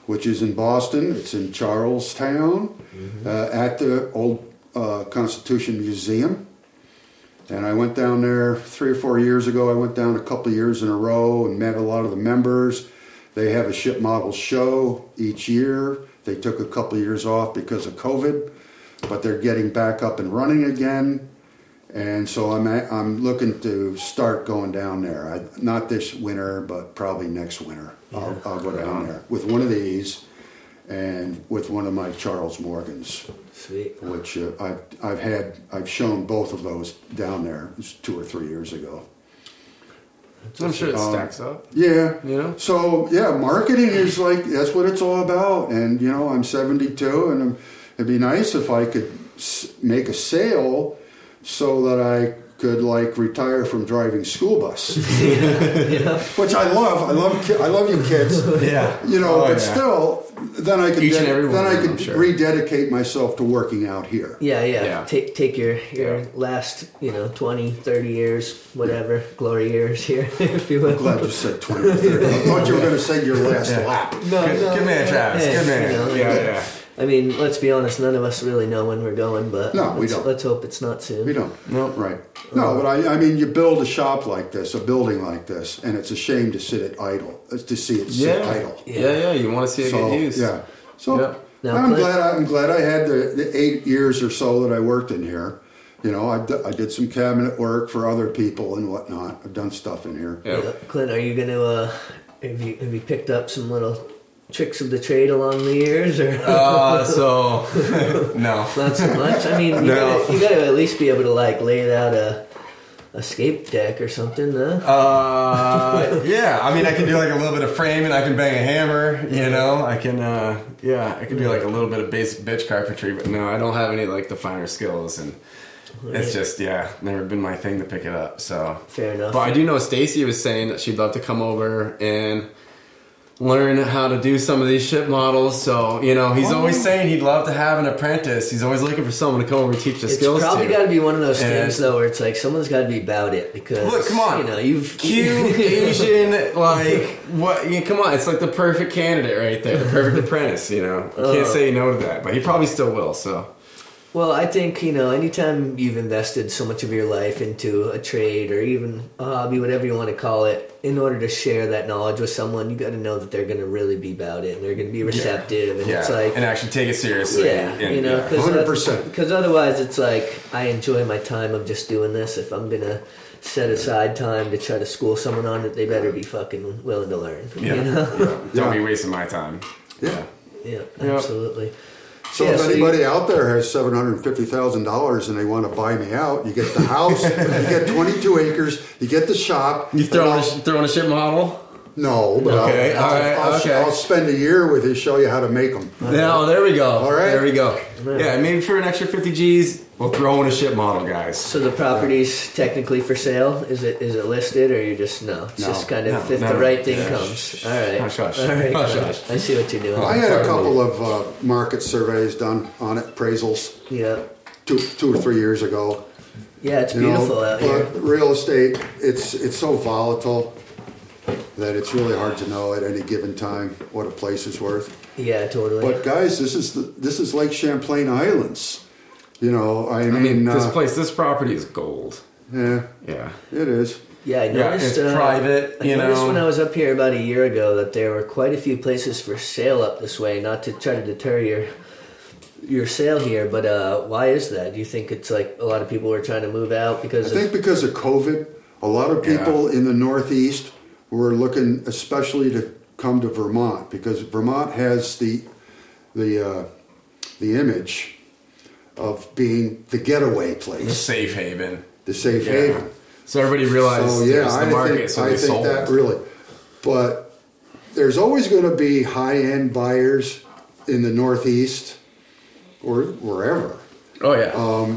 Speaker 1: which is in Boston. It's in Charlestown uh, at the old uh, Constitution Museum. And I went down there three or four years ago. I went down a couple of years in a row and met a lot of the members. They have a ship model show each year. They took a couple of years off because of COVID, but they're getting back up and running again. And so I'm I'm looking to start going down there. I, not this winter, but probably next winter. I'll, I'll go down there with one of these and with one of my Charles Morgans
Speaker 2: Sweet.
Speaker 1: which uh, I've, I've had, I've shown both of those down there It's two or three years ago.
Speaker 3: I'm sure it stacks up.
Speaker 1: Yeah.
Speaker 3: Yeah.
Speaker 1: So yeah, marketing is like that's what it's all about. And you know, I'm 72, and i it'd be nice if I could s- make a sale so that I could like retire from driving school bus, which I love. I love. ki- I love you kids.
Speaker 3: Yeah.
Speaker 1: You know,
Speaker 3: Oh,
Speaker 1: but
Speaker 3: yeah.
Speaker 1: still, then I could
Speaker 3: Each and
Speaker 1: ded-
Speaker 3: every one
Speaker 1: then
Speaker 3: of
Speaker 1: I
Speaker 3: them,
Speaker 1: could
Speaker 3: I'm sure.
Speaker 1: rededicate myself to working out here.
Speaker 2: Yeah, yeah.
Speaker 3: Yeah.
Speaker 2: Take take your your
Speaker 3: Yeah.
Speaker 2: last you know 20, 30 years, whatever glory years here, if you will.
Speaker 1: Glad you said 20 or 30. I thought you were going to say your last lap.
Speaker 2: No,
Speaker 3: Good,
Speaker 2: no,
Speaker 3: good man,
Speaker 2: no.
Speaker 3: Travis.
Speaker 2: Hey,
Speaker 3: Good man.
Speaker 2: you know,
Speaker 3: yeah, yeah.
Speaker 2: I mean, let's be honest. None of us really know when we're going, but
Speaker 1: No, we
Speaker 2: let's,
Speaker 1: don't.
Speaker 2: let's hope it's not soon.
Speaker 1: We don't.
Speaker 3: No.
Speaker 1: Right. No, but I, I mean, you build a shop like this, a building like this, and it's a shame to sit it idle, uh, to see it sit idle.
Speaker 3: Yeah, yeah. You want to see it
Speaker 1: So,
Speaker 3: get used.
Speaker 1: yeah. So
Speaker 3: Yeah.
Speaker 2: Now,
Speaker 1: I'm
Speaker 2: Cliff-
Speaker 1: glad. I'm glad I had the, the eight years or so that I worked in here. You know, I, d- I did some cabinet work for other people and whatnot. I've done stuff in here.
Speaker 3: Yeah.
Speaker 2: Yeah. Clint, are you gonna uh, have you have you picked up some little tricks of the trade along the years or?
Speaker 3: Uh, so no.
Speaker 2: Not so much. I mean, you,
Speaker 3: No.
Speaker 2: gotta, you gotta at least be able to like lay out a escape deck or something, huh?
Speaker 3: Uh, yeah, I mean, I can do like a little bit of framing. I can bang a hammer. You know, I can. Uh, yeah, I can do like a little bit of basic bitch carpentry. But no, I don't have any like the finer skills, and it's just yeah, never been my thing to pick it up. So
Speaker 2: Fair enough.
Speaker 3: But I do know Stacy was saying that she'd love to come over and learn how to do some of these ship models. So you know, he's always saying he'd love to have an apprentice. He's always looking for someone to come over and teach the
Speaker 2: It's
Speaker 3: skills.
Speaker 2: probably
Speaker 3: to.
Speaker 2: got to be one of those
Speaker 3: And-
Speaker 2: things though, where it's like someone's got to be about it because
Speaker 3: Look, come on.
Speaker 2: you know, you've
Speaker 3: cute Asian, like what? You come on, it's like the perfect candidate right there, the perfect apprentice. You know, you
Speaker 2: Oh.
Speaker 3: can't say no to that, but he probably still will. So
Speaker 2: Well, I think, you know, anytime you've invested so much of your life into a trade or even a hobby, whatever you want to call it, in order to share that knowledge with someone, you got to know that they're going to really be about it and they're going to be receptive. And
Speaker 3: yeah,
Speaker 2: it's like,
Speaker 3: and actually take it seriously.
Speaker 2: yeah,
Speaker 3: and,
Speaker 2: you know,
Speaker 3: yeah.
Speaker 2: because
Speaker 1: 100%.
Speaker 2: otherwise it's like, I enjoy my time of just doing this. If I'm going to set aside time to try to school someone on it, they better be fucking willing to learn.
Speaker 3: Yeah.
Speaker 2: You know?
Speaker 3: don't be
Speaker 1: Yeah.
Speaker 3: wasting my time.
Speaker 1: Yeah.
Speaker 2: yeah, absolutely.
Speaker 1: So
Speaker 2: Yeah,
Speaker 1: if
Speaker 2: so you-
Speaker 1: anybody out there has seven hundred fifty thousand dollars and they want to buy me out, you get the house, you get twenty two acres, you get the shop.
Speaker 3: You
Speaker 1: and
Speaker 3: throwing
Speaker 1: I'll-
Speaker 3: a, throwing a ship model?
Speaker 1: No, but
Speaker 3: Okay,
Speaker 1: I'll,
Speaker 3: all right,
Speaker 1: I'll,
Speaker 3: okay.
Speaker 1: I'll spend a year with you, show you how to make them.
Speaker 2: Uh-huh.
Speaker 3: No, there we go.
Speaker 1: All right.
Speaker 3: there we go. Yeah, maybe for an extra fifty G's, we'll throw in a ship model, guys.
Speaker 2: So the property's technically for sale. Is it is it listed or you just no? It's
Speaker 1: No,
Speaker 2: just kind of
Speaker 3: no,
Speaker 2: if
Speaker 3: no,
Speaker 2: the right thing
Speaker 3: yeah.
Speaker 2: comes. All right.
Speaker 3: Hush, hush.
Speaker 2: All right.
Speaker 3: Hush,
Speaker 2: got
Speaker 3: hush.
Speaker 2: it. I see what you're doing.
Speaker 1: I had a
Speaker 3: Pardon me.
Speaker 1: couple of uh, market surveys done on it, appraisals
Speaker 2: yeah.
Speaker 1: two two or three years ago.
Speaker 2: Yeah, it's
Speaker 1: You know,
Speaker 2: beautiful out here.
Speaker 1: But real estate, it's it's so volatile that it's really hard to know at any given time what a place is worth.
Speaker 2: Yeah, totally.
Speaker 1: But guys, this is the, this is Lake Champlain Islands. You know, I mean,
Speaker 3: I mean, this
Speaker 1: uh,
Speaker 3: place, this property is gold.
Speaker 1: Yeah,
Speaker 3: Yeah.
Speaker 1: it is.
Speaker 2: yeah, I
Speaker 3: Yeah,
Speaker 2: noticed.
Speaker 3: it's
Speaker 2: uh,
Speaker 3: private,
Speaker 2: I
Speaker 3: you
Speaker 2: noticed
Speaker 3: know.
Speaker 2: when I was up here about a year ago that there were quite a few places for sale up this way. Not to try to deter your your sale here, but uh, why is that? Do you think it's like a lot of people were trying to move out because
Speaker 1: I
Speaker 2: of
Speaker 1: think because of COVID, a lot of people in the Northeast were looking, especially to come to Vermont, because Vermont has the the uh, the image of being the getaway place,
Speaker 3: Safe haven.
Speaker 1: the safe
Speaker 3: Yeah.
Speaker 1: haven.
Speaker 3: So everybody realized
Speaker 1: So
Speaker 3: there's
Speaker 1: yeah,
Speaker 3: the
Speaker 1: I
Speaker 3: market,
Speaker 1: think,
Speaker 3: so
Speaker 1: I
Speaker 3: they
Speaker 1: think
Speaker 3: sold.
Speaker 1: that really. But there's always going to be high-end buyers in the Northeast or wherever.
Speaker 3: Oh yeah,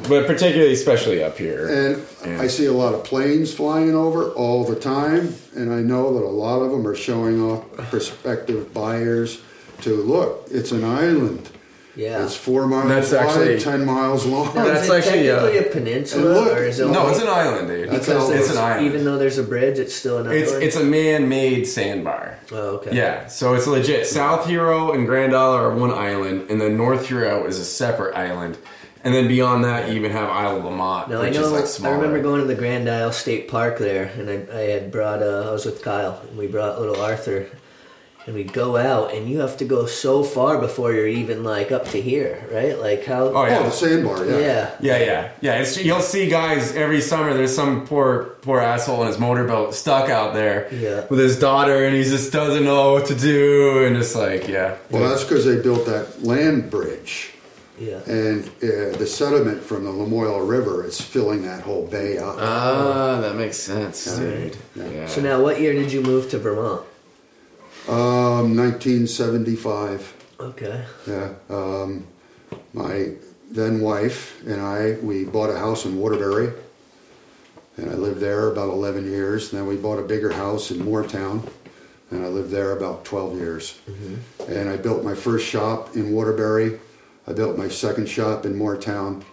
Speaker 3: but particularly, especially up here.
Speaker 1: Um, And
Speaker 3: Yeah.
Speaker 1: I see a lot of planes flying over all the time, and I know that a lot of them are showing off prospective buyers to look. It's an island.
Speaker 2: yeah?
Speaker 1: It's four miles
Speaker 3: That's
Speaker 1: wide,
Speaker 3: actually-
Speaker 1: ten miles long.
Speaker 2: Now,
Speaker 3: That's
Speaker 2: is it
Speaker 3: actually, uh,
Speaker 2: technically a
Speaker 1: and
Speaker 2: peninsula,
Speaker 1: look-
Speaker 2: or is it
Speaker 3: no,
Speaker 2: only-
Speaker 3: it's an island, dude.
Speaker 1: That's
Speaker 3: It's,
Speaker 1: how-
Speaker 2: Because
Speaker 1: It's
Speaker 3: an
Speaker 2: there's-
Speaker 3: island.
Speaker 2: Even though there's a bridge, it's still an island.
Speaker 3: it's it's a man-made sandbar.
Speaker 2: oh, okay.
Speaker 3: Yeah, so it's legit. South Hero and Grand Isle are one island, and then North Hero is a separate island. And then beyond that, you even have Isle of Lamont,
Speaker 2: Now I
Speaker 3: which is
Speaker 2: know.
Speaker 3: like
Speaker 2: I
Speaker 3: smaller.
Speaker 2: remember going to the Grand Isle State Park there, and I, I had brought. Uh, I was with Kyle, and we brought little Arthur, and we go out, and you have to go so far before you're even like up to here, right? Like how?
Speaker 3: Oh
Speaker 1: Oh,
Speaker 3: yeah.
Speaker 1: the sandbar, yeah.
Speaker 2: yeah.
Speaker 3: Yeah, yeah, yeah. It's, you'll see guys every summer. There's some poor, poor asshole in his motorboat stuck out there
Speaker 2: Yeah.
Speaker 3: with his daughter, and he just doesn't know what to do, and it's like, yeah.
Speaker 1: Well, that's because they built that land bridge,
Speaker 2: yeah.
Speaker 1: and uh, the sediment from the Lamoille River is filling that whole bay up.
Speaker 3: ah, that makes sense, dude. Yeah.
Speaker 2: So now, what year did you move to Vermont?
Speaker 1: Um, 1975.
Speaker 2: Okay.
Speaker 1: Yeah. Um, my then wife and I, we bought a house in Waterbury, and I lived there about 11 years. And then we bought a bigger house in Moortown, and I lived there about 12 years. And I built my first shop in Waterbury. I built my second shop in Moortown.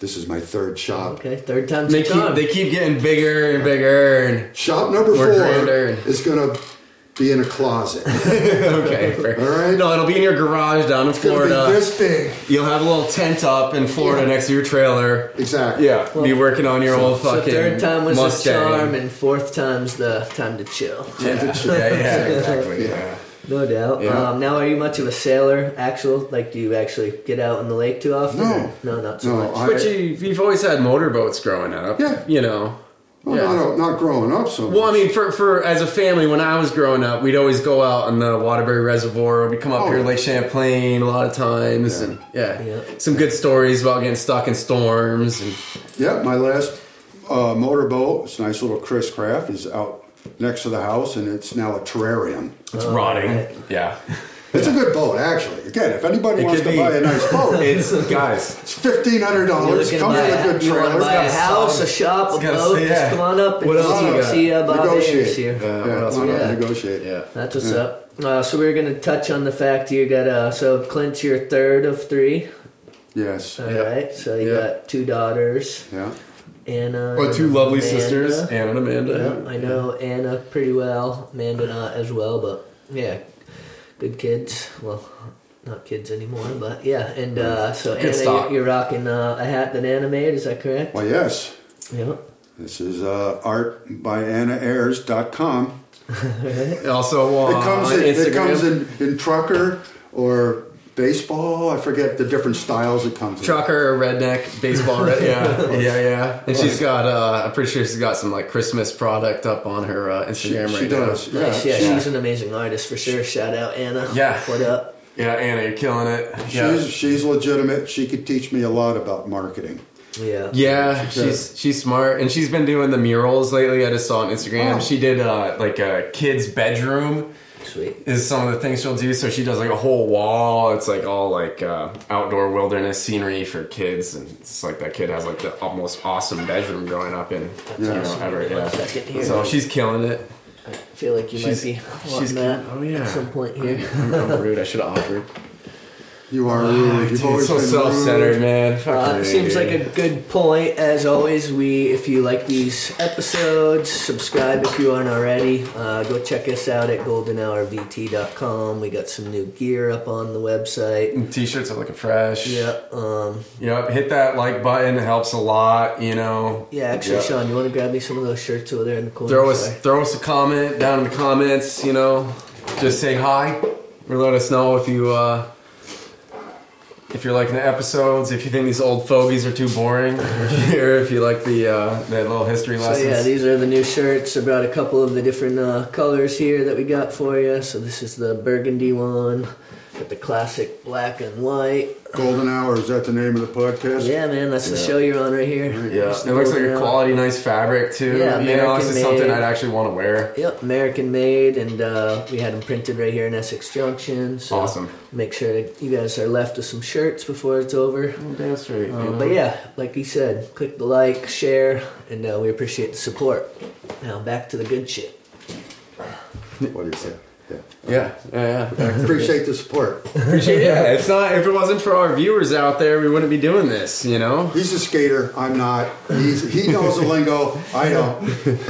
Speaker 1: This is my third shop.
Speaker 2: Okay. Third time's
Speaker 3: they
Speaker 2: the
Speaker 3: keep
Speaker 2: charm.
Speaker 3: they keep getting bigger and bigger, and
Speaker 1: Shop number
Speaker 3: We're
Speaker 1: four
Speaker 3: grander.
Speaker 1: is going to be in a closet.
Speaker 3: okay, fair.
Speaker 1: All right.
Speaker 3: No, it'll be in your garage down in
Speaker 1: It's going to
Speaker 3: Florida.
Speaker 1: be this big.
Speaker 3: You'll have a little tent up in Florida next to your trailer.
Speaker 1: Exactly.
Speaker 3: Yeah, be working on your old
Speaker 2: so
Speaker 3: fucking
Speaker 2: third time was
Speaker 3: Mustang.
Speaker 2: the charm, and fourth time's the time to chill.
Speaker 3: yeah, yeah, yeah, exactly. yeah.
Speaker 2: No doubt.
Speaker 3: Yeah.
Speaker 2: Um, now, are you much of a sailor? Actual, like, do you actually get out on the lake too often?
Speaker 1: No.
Speaker 2: no, not so
Speaker 1: No,
Speaker 2: much.
Speaker 1: I-
Speaker 3: But you, you've always had motorboats growing up.
Speaker 1: Yeah.
Speaker 3: You know.
Speaker 1: Well,
Speaker 3: yeah.
Speaker 1: not, Oh, not growing up so much.
Speaker 3: Well, I mean, for, for as a family, when I was growing up, we'd always go out on the Waterbury Reservoir. We'd come up
Speaker 1: Oh.
Speaker 3: here to Lake Champlain a lot of times, and yeah,
Speaker 2: Yeah.
Speaker 3: some good stories about getting stuck in storms. And
Speaker 1: Yeah, my last uh, motorboat, it's a nice little Chris Craft, is out next to the house and it's now a terrarium.
Speaker 3: it's
Speaker 2: right.
Speaker 3: Yeah,
Speaker 1: It's a good boat, actually. Again, if anybody
Speaker 3: It
Speaker 1: wants
Speaker 3: could
Speaker 1: to
Speaker 3: be.
Speaker 1: buy a nice boat,
Speaker 3: it's guys.
Speaker 1: it's $1,500.
Speaker 2: You're
Speaker 1: Comes
Speaker 2: looking
Speaker 1: with
Speaker 2: to buy,
Speaker 1: a
Speaker 2: a,
Speaker 1: good
Speaker 2: you want to
Speaker 1: trailer.
Speaker 2: buy a
Speaker 3: It's got
Speaker 2: house,
Speaker 3: some-
Speaker 2: a shop, a
Speaker 3: it's got-
Speaker 2: boat?
Speaker 3: yeah.
Speaker 2: Just come on up and
Speaker 3: What else
Speaker 2: see,
Speaker 3: you got?
Speaker 2: see uh, Bob
Speaker 1: Negotiate.
Speaker 2: Ayers here.
Speaker 3: Uh,
Speaker 1: Yeah,
Speaker 3: what else
Speaker 1: why
Speaker 3: we
Speaker 1: not
Speaker 2: got?
Speaker 1: negotiate.
Speaker 3: Yeah.
Speaker 2: That's what's up. Uh, so we're gonna touch on the fact you got uh, so Clint's your third of three.
Speaker 1: Yes.
Speaker 2: All right.
Speaker 3: Yeah.
Speaker 2: so you
Speaker 3: Yeah.
Speaker 2: got two daughters,
Speaker 1: Yeah.
Speaker 2: Anna.
Speaker 3: But two
Speaker 2: and
Speaker 3: lovely
Speaker 2: Amanda.
Speaker 3: sisters, Anna and Amanda.
Speaker 2: Yeah, I know Anna pretty well, Amanda not as well, but yeah, good kids. Well, not kids anymore, but yeah. And uh, so
Speaker 3: Good
Speaker 2: Anna,
Speaker 3: stock.
Speaker 2: you're, you're rocking uh, a hat that Anna made. Is that correct?
Speaker 1: Well, yes.
Speaker 2: Yeah.
Speaker 1: This is uh, artbyannaaires.com.
Speaker 3: Also uh,
Speaker 1: It comes,
Speaker 3: on
Speaker 1: in,
Speaker 3: Instagram.
Speaker 1: it comes in, in trucker or baseball. I forget the different styles it comes in.
Speaker 3: trucker, redneck, baseball, red, yeah, yeah, yeah. And she's got, uh, I'm pretty sure she's got some like Christmas product up on her uh, Instagram
Speaker 1: She,
Speaker 3: right
Speaker 1: she
Speaker 3: now.
Speaker 1: does. Yeah.
Speaker 2: Nice. Yeah,
Speaker 1: she-
Speaker 2: she's an amazing artist for sure. Shout out Anna.
Speaker 3: Yeah.
Speaker 2: What up?
Speaker 3: Yeah, Anna, you're killing it.
Speaker 1: She's, she's legitimate. She could teach me a lot about marketing.
Speaker 2: Yeah.
Speaker 3: Yeah,
Speaker 1: She's
Speaker 3: she's she's smart, and she's been doing the murals lately. I just saw on Instagram.
Speaker 1: Oh.
Speaker 3: She did uh, like a kid's bedroom
Speaker 2: Sweet.
Speaker 3: is some of the things she'll do. So she does like a whole wall. It's like all like uh, outdoor wilderness scenery for kids, and it's like that kid has like the almost awesome bedroom growing up in. you know,
Speaker 1: awesome.
Speaker 3: ever,
Speaker 2: One second
Speaker 3: yeah.
Speaker 2: here.
Speaker 3: So she's killing it.
Speaker 2: I feel like you
Speaker 3: She's-
Speaker 2: might be wanting
Speaker 3: she's-
Speaker 2: that
Speaker 3: oh, yeah.
Speaker 2: at some point here.
Speaker 3: I'm, I'm rude. I should have offered.
Speaker 1: You are rude. You've
Speaker 3: Ah, Dude,
Speaker 1: always
Speaker 3: so
Speaker 1: been
Speaker 3: self-centered, man.
Speaker 2: Uh,
Speaker 3: Fucking
Speaker 2: it seems
Speaker 3: rude,
Speaker 2: like a good point. As always, we if you like these episodes, subscribe if you aren't already. Uh, go check us out at goldenhourvt.com. We got some new gear up on the website.
Speaker 3: dude. T-shirts are looking fresh.
Speaker 2: Yeah, um,
Speaker 3: Yep. Hit that like button. It helps a lot. You know.
Speaker 2: yeah. Actually,
Speaker 3: Yep.
Speaker 2: Sean, you want to grab me some of those shirts over there in the corner?
Speaker 3: throw us
Speaker 2: Sorry.
Speaker 3: throw us a comment down in the comments you know just say hi or let us know if you uh if you're liking the episodes if you think these old fogies are too boring or if you like the uh the little history
Speaker 2: So
Speaker 3: lessons
Speaker 2: yeah, these are the new shirts. I brought a couple of the different uh, colors here that we got for you. So this is the burgundy one, got the classic black and white.
Speaker 1: Golden Hour, is that the name of the podcast?
Speaker 2: Yeah, man, that's the show you're on right here.
Speaker 3: yeah,
Speaker 2: Just
Speaker 3: it looks like
Speaker 2: Golden
Speaker 3: a
Speaker 2: Hour.
Speaker 3: quality, nice fabric too.
Speaker 2: Yeah,
Speaker 3: you know, this is
Speaker 2: American
Speaker 3: something
Speaker 2: made.
Speaker 3: I'd actually want to wear.
Speaker 2: Yep, American made, and uh, we had them printed right here in Essex Junction. So
Speaker 3: Awesome.
Speaker 2: Make sure that you guys are left with some shirts before it's over.
Speaker 3: Damn straight.
Speaker 1: Oh.
Speaker 2: Uh, But yeah, like you said, click the like, share, and uh, we appreciate the support. Now back to the good shit.
Speaker 1: What do you say? Yeah.
Speaker 3: yeah, yeah, yeah.
Speaker 1: Appreciate the support.
Speaker 3: Appreciate- yeah. It's not if it wasn't for our viewers out there, we wouldn't be doing this. You know,
Speaker 1: He's a skater. I'm not. He's, he knows the lingo. I don't.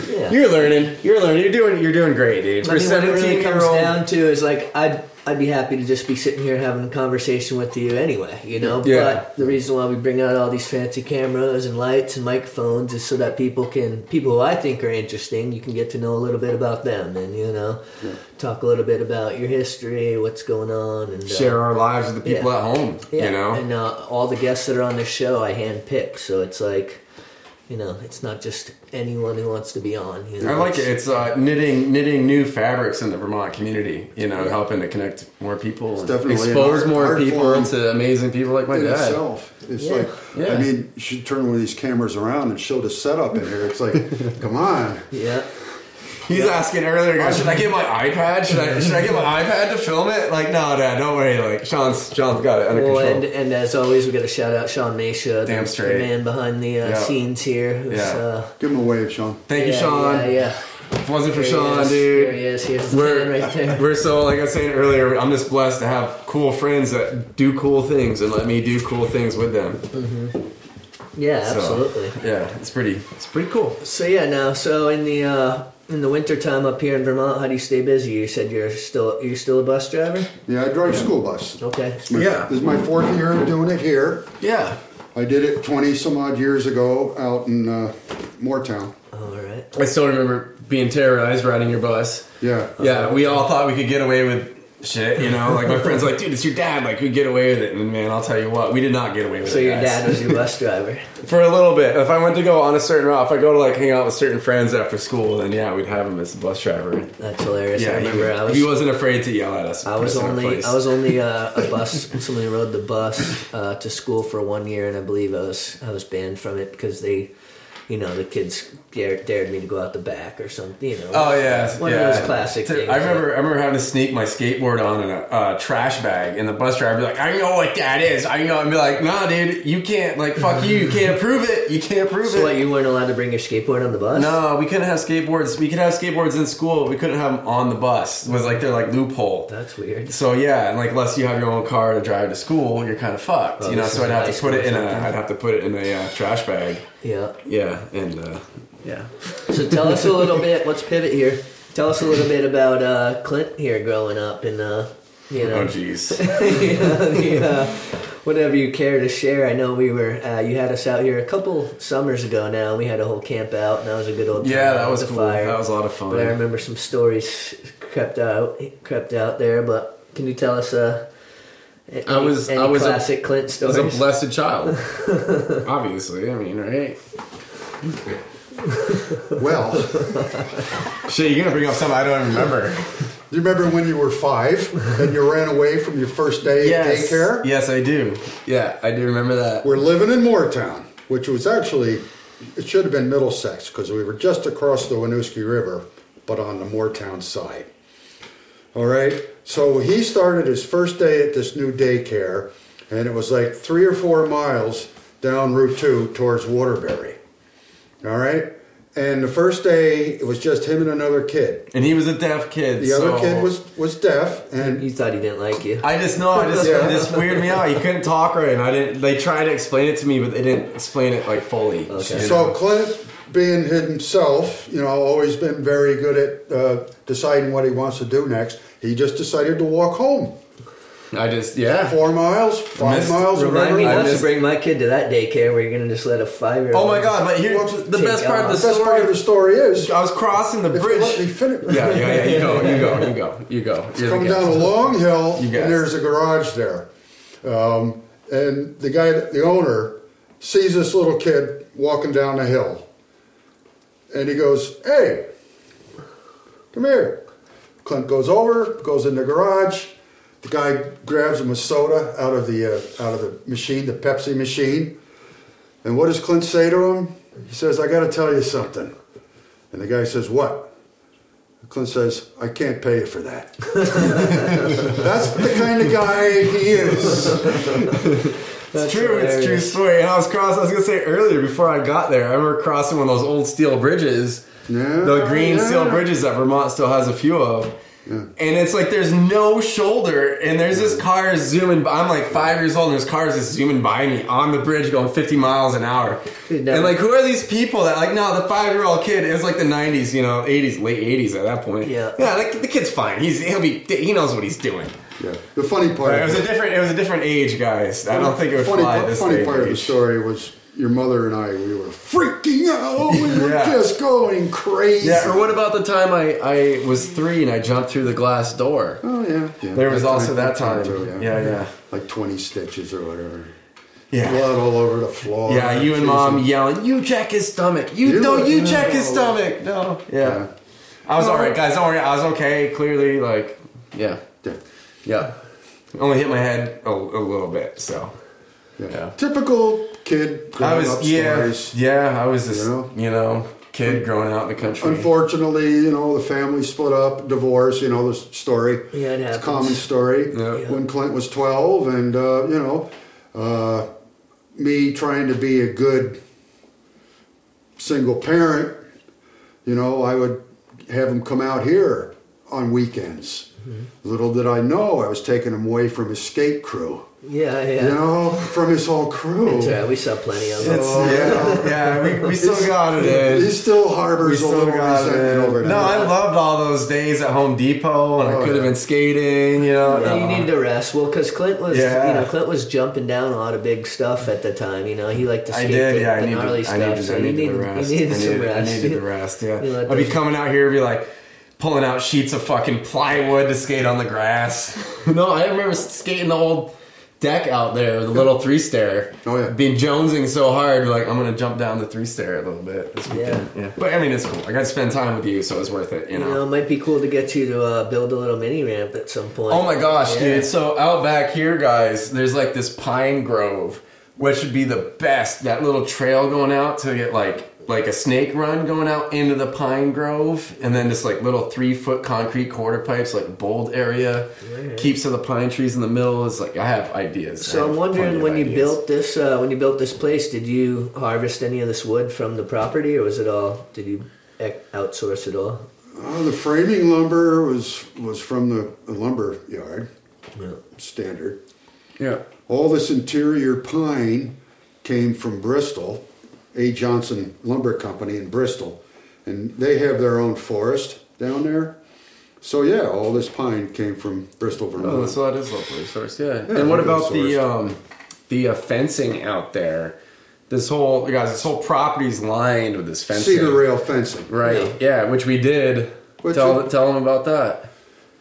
Speaker 2: Yeah.
Speaker 3: You're learning. You're learning. You're doing. You're doing great, dude.
Speaker 2: I mean,
Speaker 3: For
Speaker 2: what it
Speaker 3: seventeen
Speaker 2: really
Speaker 3: year
Speaker 2: comes
Speaker 3: old.
Speaker 2: down to is like I I'd be happy to just be sitting here having a conversation with you anyway, you know?
Speaker 3: Yeah.
Speaker 2: But the reason why we bring out all these fancy cameras and lights and microphones is so that people can, people who I think are interesting, you can get to know a little bit about them and, you know, talk a little bit about your history, what's going on, and uh,
Speaker 3: Share our lives with the people
Speaker 2: Yeah.
Speaker 3: at home.
Speaker 2: yeah,
Speaker 3: You know.
Speaker 2: and uh, all the guests that are on this show, I hand pick, so it's like, you know, it's not just anyone who wants to be on. You know?
Speaker 3: I like it. It's uh, knitting knitting new fabrics in the Vermont community. You know, and helping to connect more people, and
Speaker 1: definitely an
Speaker 3: expose
Speaker 1: art-
Speaker 3: more
Speaker 1: art
Speaker 3: people
Speaker 1: form
Speaker 3: to amazing people like my
Speaker 1: in
Speaker 3: dad.
Speaker 1: itself. It's
Speaker 2: Yeah.
Speaker 1: like
Speaker 3: Yeah.
Speaker 1: I mean, she turned one of these cameras around and showed a setup in here. It's like, come on.
Speaker 2: Yeah,
Speaker 3: He's asking earlier, guys, should I get my iPad? Should I should I get my iPad to film it? Like, no, Dad, don't worry. Like, Sean's Sean's got it under
Speaker 2: well, and,
Speaker 3: control.
Speaker 2: and as always, we got to shout out Sean Mesha,
Speaker 3: Damn
Speaker 2: the,
Speaker 3: straight.
Speaker 2: the man behind the uh,
Speaker 3: Yeah.
Speaker 2: scenes here. Who's,
Speaker 3: Yeah.
Speaker 2: uh,
Speaker 1: Give him a wave, Sean.
Speaker 3: Thank you,
Speaker 2: yeah,
Speaker 3: Sean.
Speaker 2: Yeah, yeah.
Speaker 3: If it wasn't for
Speaker 2: There he
Speaker 3: Sean,
Speaker 2: is.
Speaker 3: dude.
Speaker 2: There he is. Here's the
Speaker 3: We're,
Speaker 2: man right there.
Speaker 3: we're so like I was saying earlier. I'm just blessed to have cool friends that do cool things and let me do cool things with them.
Speaker 2: Yeah,
Speaker 3: So,
Speaker 2: absolutely.
Speaker 3: yeah, it's pretty. It's pretty cool.
Speaker 2: So yeah, now so in the uh, in the wintertime up here in Vermont, how do you stay busy? You said you're still you're still a bus driver.
Speaker 1: Yeah, I drive school bus.
Speaker 2: Okay.
Speaker 1: It's my-
Speaker 3: Yeah.
Speaker 1: This is my fourth year of doing it here.
Speaker 3: Yeah.
Speaker 1: I did it 20 some odd years ago out in uh, Moortown.
Speaker 2: All right.
Speaker 3: I still remember being terrorized riding your bus.
Speaker 1: Yeah.
Speaker 3: Yeah, we all thought we could get away with shit, you know. Like my friends, like, dude, it's your dad. Like, we get away with it, and man, I'll tell you what, we did not get away with
Speaker 2: So
Speaker 3: it.
Speaker 2: your
Speaker 3: guys.
Speaker 2: dad was your bus driver.
Speaker 3: for a little bit. If I went to go on a certain route, if I go to like hang out with certain friends after school, then yeah, we'd have him as a bus driver.
Speaker 2: That's hilarious. I
Speaker 3: Yeah,
Speaker 2: remember I
Speaker 3: he,
Speaker 2: was
Speaker 3: he wasn't afraid to yell at us. and
Speaker 2: I
Speaker 3: put
Speaker 2: was
Speaker 3: us in our
Speaker 2: only
Speaker 3: place.
Speaker 2: I was only uh, a bus. Somebody rode the bus uh, to school for one year, and I believe I was I was banned from it because they, you know, the kids dared, dared me to go out the back or something. You know.
Speaker 3: Oh yeah,
Speaker 2: One of
Speaker 3: yeah.
Speaker 2: those classic
Speaker 3: Dude,
Speaker 2: things,
Speaker 3: I remember, I remember having to sneak my skateboard on in a uh, trash bag, and the bus driver would be like, "I know what that is. I know." I'd be like, "Nah, dude, you can't. Like, fuck you. You can't prove it. You can't prove
Speaker 2: So
Speaker 3: it."
Speaker 2: what? You weren't allowed to bring your skateboard on the bus.
Speaker 3: no, we couldn't have skateboards. We could have skateboards in school. But we couldn't have them on the bus. It was like their like loophole.
Speaker 2: That's weird.
Speaker 3: So yeah, and like unless you have your own car to drive to school, you're kind of fucked,
Speaker 2: Well,
Speaker 3: you know.
Speaker 2: this
Speaker 3: So I'd
Speaker 2: is
Speaker 3: have
Speaker 2: high
Speaker 3: to put it in
Speaker 2: school
Speaker 3: a,
Speaker 2: or something.
Speaker 3: I'd have to put it in a uh, trash bag.
Speaker 2: Yeah.
Speaker 3: Yeah, and uh,
Speaker 2: Yeah. So tell us a little bit. Let's pivot here. Tell us a little bit about uh, Clint here growing up and uh, you know,
Speaker 3: oh jeez,
Speaker 2: you know, the, uh, whatever you care to share. I know we were uh, you had us out here a couple summers ago. Now we had a whole camp out, and that was a good old time
Speaker 3: yeah,
Speaker 2: with
Speaker 3: that was
Speaker 2: the
Speaker 3: cool.
Speaker 2: fire.
Speaker 3: That was a lot of
Speaker 2: But I
Speaker 3: fun.
Speaker 2: remember some stories crept out crept out there. But can you tell us? Uh, any,
Speaker 3: I was-
Speaker 2: any
Speaker 3: I was a-
Speaker 2: classic Clint
Speaker 3: I
Speaker 2: stories.
Speaker 3: was a blessed child, obviously. I mean, right?
Speaker 1: Well, do
Speaker 3: Shit, you're gonna bring up something I don't remember.
Speaker 1: you remember when you were five and you ran away from your first day at
Speaker 3: yes,
Speaker 1: daycare?
Speaker 3: yes, I do. Yeah, I do remember that.
Speaker 1: We're living in Moortown, which was actually, it should have been Middlesex because we were just across the Winooski River, but on the Moortown side. All right. So he started his first day at this new daycare, and it was like three or four miles down Route 2 towards Waterbury. All right. And the first day, it was just him and another kid.
Speaker 3: And he was a deaf kid.
Speaker 1: The
Speaker 3: so
Speaker 1: other kid was, was deaf, and
Speaker 2: you thought he didn't like you.
Speaker 3: I just know. I just
Speaker 1: Yeah.
Speaker 3: this weirded me out. He couldn't talk right, and I didn't. They tried to explain it to me, but they didn't explain it like fully.
Speaker 2: Okay.
Speaker 3: you
Speaker 1: So
Speaker 3: know?
Speaker 1: Clint, being himself, you know, always been very good at uh, deciding what he wants to do next. He just decided to walk home
Speaker 3: I just yeah.
Speaker 1: four miles, five
Speaker 3: Missed-
Speaker 1: miles,
Speaker 2: Remind me
Speaker 1: whatever.
Speaker 3: I
Speaker 2: not to
Speaker 3: missed-
Speaker 2: bring my kid to that daycare where you're gonna just let a five year old.
Speaker 3: Oh my god! But here,
Speaker 1: Well,
Speaker 3: the best part of the
Speaker 1: The best part of the
Speaker 3: story.
Speaker 1: story is
Speaker 3: I was crossing the
Speaker 1: if you let me
Speaker 3: bridge.
Speaker 1: finish.
Speaker 3: Yeah, yeah, yeah. You go, you go, you go, you go. You're the
Speaker 1: Come
Speaker 3: guest.
Speaker 1: down a long hill,
Speaker 3: You
Speaker 1: and
Speaker 3: guys.
Speaker 1: there's a garage there. Um, and the guy, that- the owner, sees this little kid walking down the hill. And he goes, Hey, come here. Clint goes over, goes in the garage. The guy grabs him a soda out of the uh, out of the machine, the Pepsi machine. And what does Clint say to him? He says, "I got to tell you something." And the guy says, "What?" Clint says, "I can't pay you for that." That's the kind of guy he is.
Speaker 3: It's true. It's a true story. And I was crossing. I was gonna say earlier before I got there. I remember crossing one of those old steel bridges,
Speaker 1: Yeah,
Speaker 3: the green
Speaker 1: yeah.
Speaker 3: steel bridges that Vermont still has a few of. And it's like there's no shoulder, and there's this car zooming. by- I'm like five years old, and there's cars just zooming by me on the bridge, going 50 miles an hour.
Speaker 2: Dude, no.
Speaker 3: And like, who are these people that like? No, the five year old kid. It was like the 90s, you know, 80s, late 80s at that point.
Speaker 2: Yeah.
Speaker 3: yeah. Like the kid's fine. He's he'll be he knows what he's doing.
Speaker 1: Yeah. The funny part.
Speaker 3: It was a different. It was a different age, guys. I don't think it would
Speaker 1: funny,
Speaker 3: fly
Speaker 1: part-
Speaker 3: this
Speaker 1: funny
Speaker 3: day
Speaker 1: part
Speaker 3: and
Speaker 1: of the
Speaker 3: age.
Speaker 1: story was your mother and I. We were freaking out. We were
Speaker 3: Yeah.
Speaker 1: just going crazy.
Speaker 3: Yeah, or what about the time I, I was three and I jumped through the glass door?
Speaker 1: Oh yeah. yeah.
Speaker 3: There was also that
Speaker 1: too,
Speaker 3: time. Yeah, yeah.
Speaker 1: Like twenty stitches or whatever.
Speaker 3: Yeah.
Speaker 1: Blood all over the floor.
Speaker 3: Yeah, you and
Speaker 1: Jesus.
Speaker 3: mom yelling, you check his stomach. You,
Speaker 1: You-
Speaker 3: no, you check his
Speaker 1: no."
Speaker 3: stomach. No.
Speaker 1: Yeah.
Speaker 3: Yeah. I was all right, guys. Don't worry. I was okay. Clearly, like, yeah.
Speaker 1: Yeah.
Speaker 3: Yeah. Only hit my head a, a little bit, so.
Speaker 1: Yeah.
Speaker 3: Yeah.
Speaker 1: Typical kid.
Speaker 3: I
Speaker 1: growing up
Speaker 3: was, yeah.
Speaker 1: stories.
Speaker 3: Yeah, I was this,
Speaker 1: You
Speaker 3: you
Speaker 1: know?
Speaker 3: know, kid growing out in the country.
Speaker 1: Unfortunately, you know, the family split up, divorce, you know, the story.
Speaker 2: Yeah, it
Speaker 1: It's a
Speaker 2: happens.
Speaker 1: common story.
Speaker 3: Yeah. Yeah.
Speaker 1: When Clint was 12, and, uh, you know, uh, me trying to be a good single parent, you know, I would have him come out here on weekends.
Speaker 3: Mm-hmm.
Speaker 1: Little did I know, I was taking him away from his skate crew,
Speaker 2: Yeah, yeah.
Speaker 1: you know, from his whole crew.
Speaker 2: That's right. We saw plenty of them.
Speaker 3: It's, yeah, yeah, we, we still got it in.
Speaker 1: He still
Speaker 3: We
Speaker 1: harbors a
Speaker 3: still
Speaker 1: little
Speaker 3: got
Speaker 1: resentment
Speaker 3: it.
Speaker 1: over Uh, that.
Speaker 3: No, I loved all those days at Home Depot, and
Speaker 1: Oh,
Speaker 3: I could have
Speaker 1: yeah.
Speaker 3: been skating. You know,
Speaker 2: Yeah, you needed to rest. Well, because Clint was, you
Speaker 3: Yeah.
Speaker 2: know, Clint was jumping down a lot of big stuff at the time. You know, he liked to
Speaker 3: I
Speaker 2: skate
Speaker 3: did.
Speaker 2: the,
Speaker 3: Yeah, I
Speaker 2: the
Speaker 3: needed.
Speaker 2: gnarly
Speaker 3: I
Speaker 2: stuff.
Speaker 3: needed,
Speaker 2: so
Speaker 3: I
Speaker 2: you
Speaker 3: needed
Speaker 2: needed,
Speaker 3: the
Speaker 2: you
Speaker 3: rest.
Speaker 2: needed
Speaker 3: I
Speaker 2: some
Speaker 3: needed,
Speaker 2: rest.
Speaker 3: I needed the rest. Yeah,
Speaker 2: You let
Speaker 3: I'd be
Speaker 2: those-
Speaker 3: coming out here, be like pulling out sheets of fucking plywood to skate on the grass. no, I remember skating the old deck out there, the little three stair.
Speaker 1: Oh, yeah.
Speaker 3: being jonesing so hard, like I'm gonna jump down the three stair a little bit this weekend. Yeah. but I mean it's cool. I got to spend time with you, so it's worth it. You
Speaker 2: You
Speaker 3: know.
Speaker 2: know, it might be cool to get you to uh, build a little mini ramp at some point.
Speaker 3: Oh my gosh,
Speaker 2: Yeah.
Speaker 3: dude. So out back here, guys, there's like this pine grove, which would be the best. That little trail going out to get like like a snake run going out into the pine grove and then this like little three foot concrete quarter pipes like bold area keeps to the pine trees in the middle is like i have ideas I
Speaker 2: So I'm
Speaker 3: have plenty
Speaker 2: wondering
Speaker 3: of
Speaker 2: when you
Speaker 3: ideas.
Speaker 2: built this, uh, when you built this place, did you harvest any of this wood from the property, or was it all? Did you ec- outsource it all?
Speaker 1: Uh, the framing lumber was was from the lumber yard,
Speaker 2: Yeah.
Speaker 1: standard.
Speaker 3: yeah
Speaker 1: All this interior pine came from Bristol, A. Johnson Lumber Company in Bristol, and they have their own forest down there. So yeah, all this pine came from Bristol,
Speaker 3: Oh,
Speaker 1: Vermont.
Speaker 3: so that is locally sourced, yeah.
Speaker 1: Yeah,
Speaker 3: and what about
Speaker 1: locally
Speaker 3: the
Speaker 1: sourced.
Speaker 3: um, the uh, fencing out there? This whole guys, this whole property's lined with this fencing,
Speaker 1: Cedar rail fencing.
Speaker 3: right? Yeah. which we did.
Speaker 1: Which
Speaker 3: tell
Speaker 1: you-
Speaker 3: tell them about that.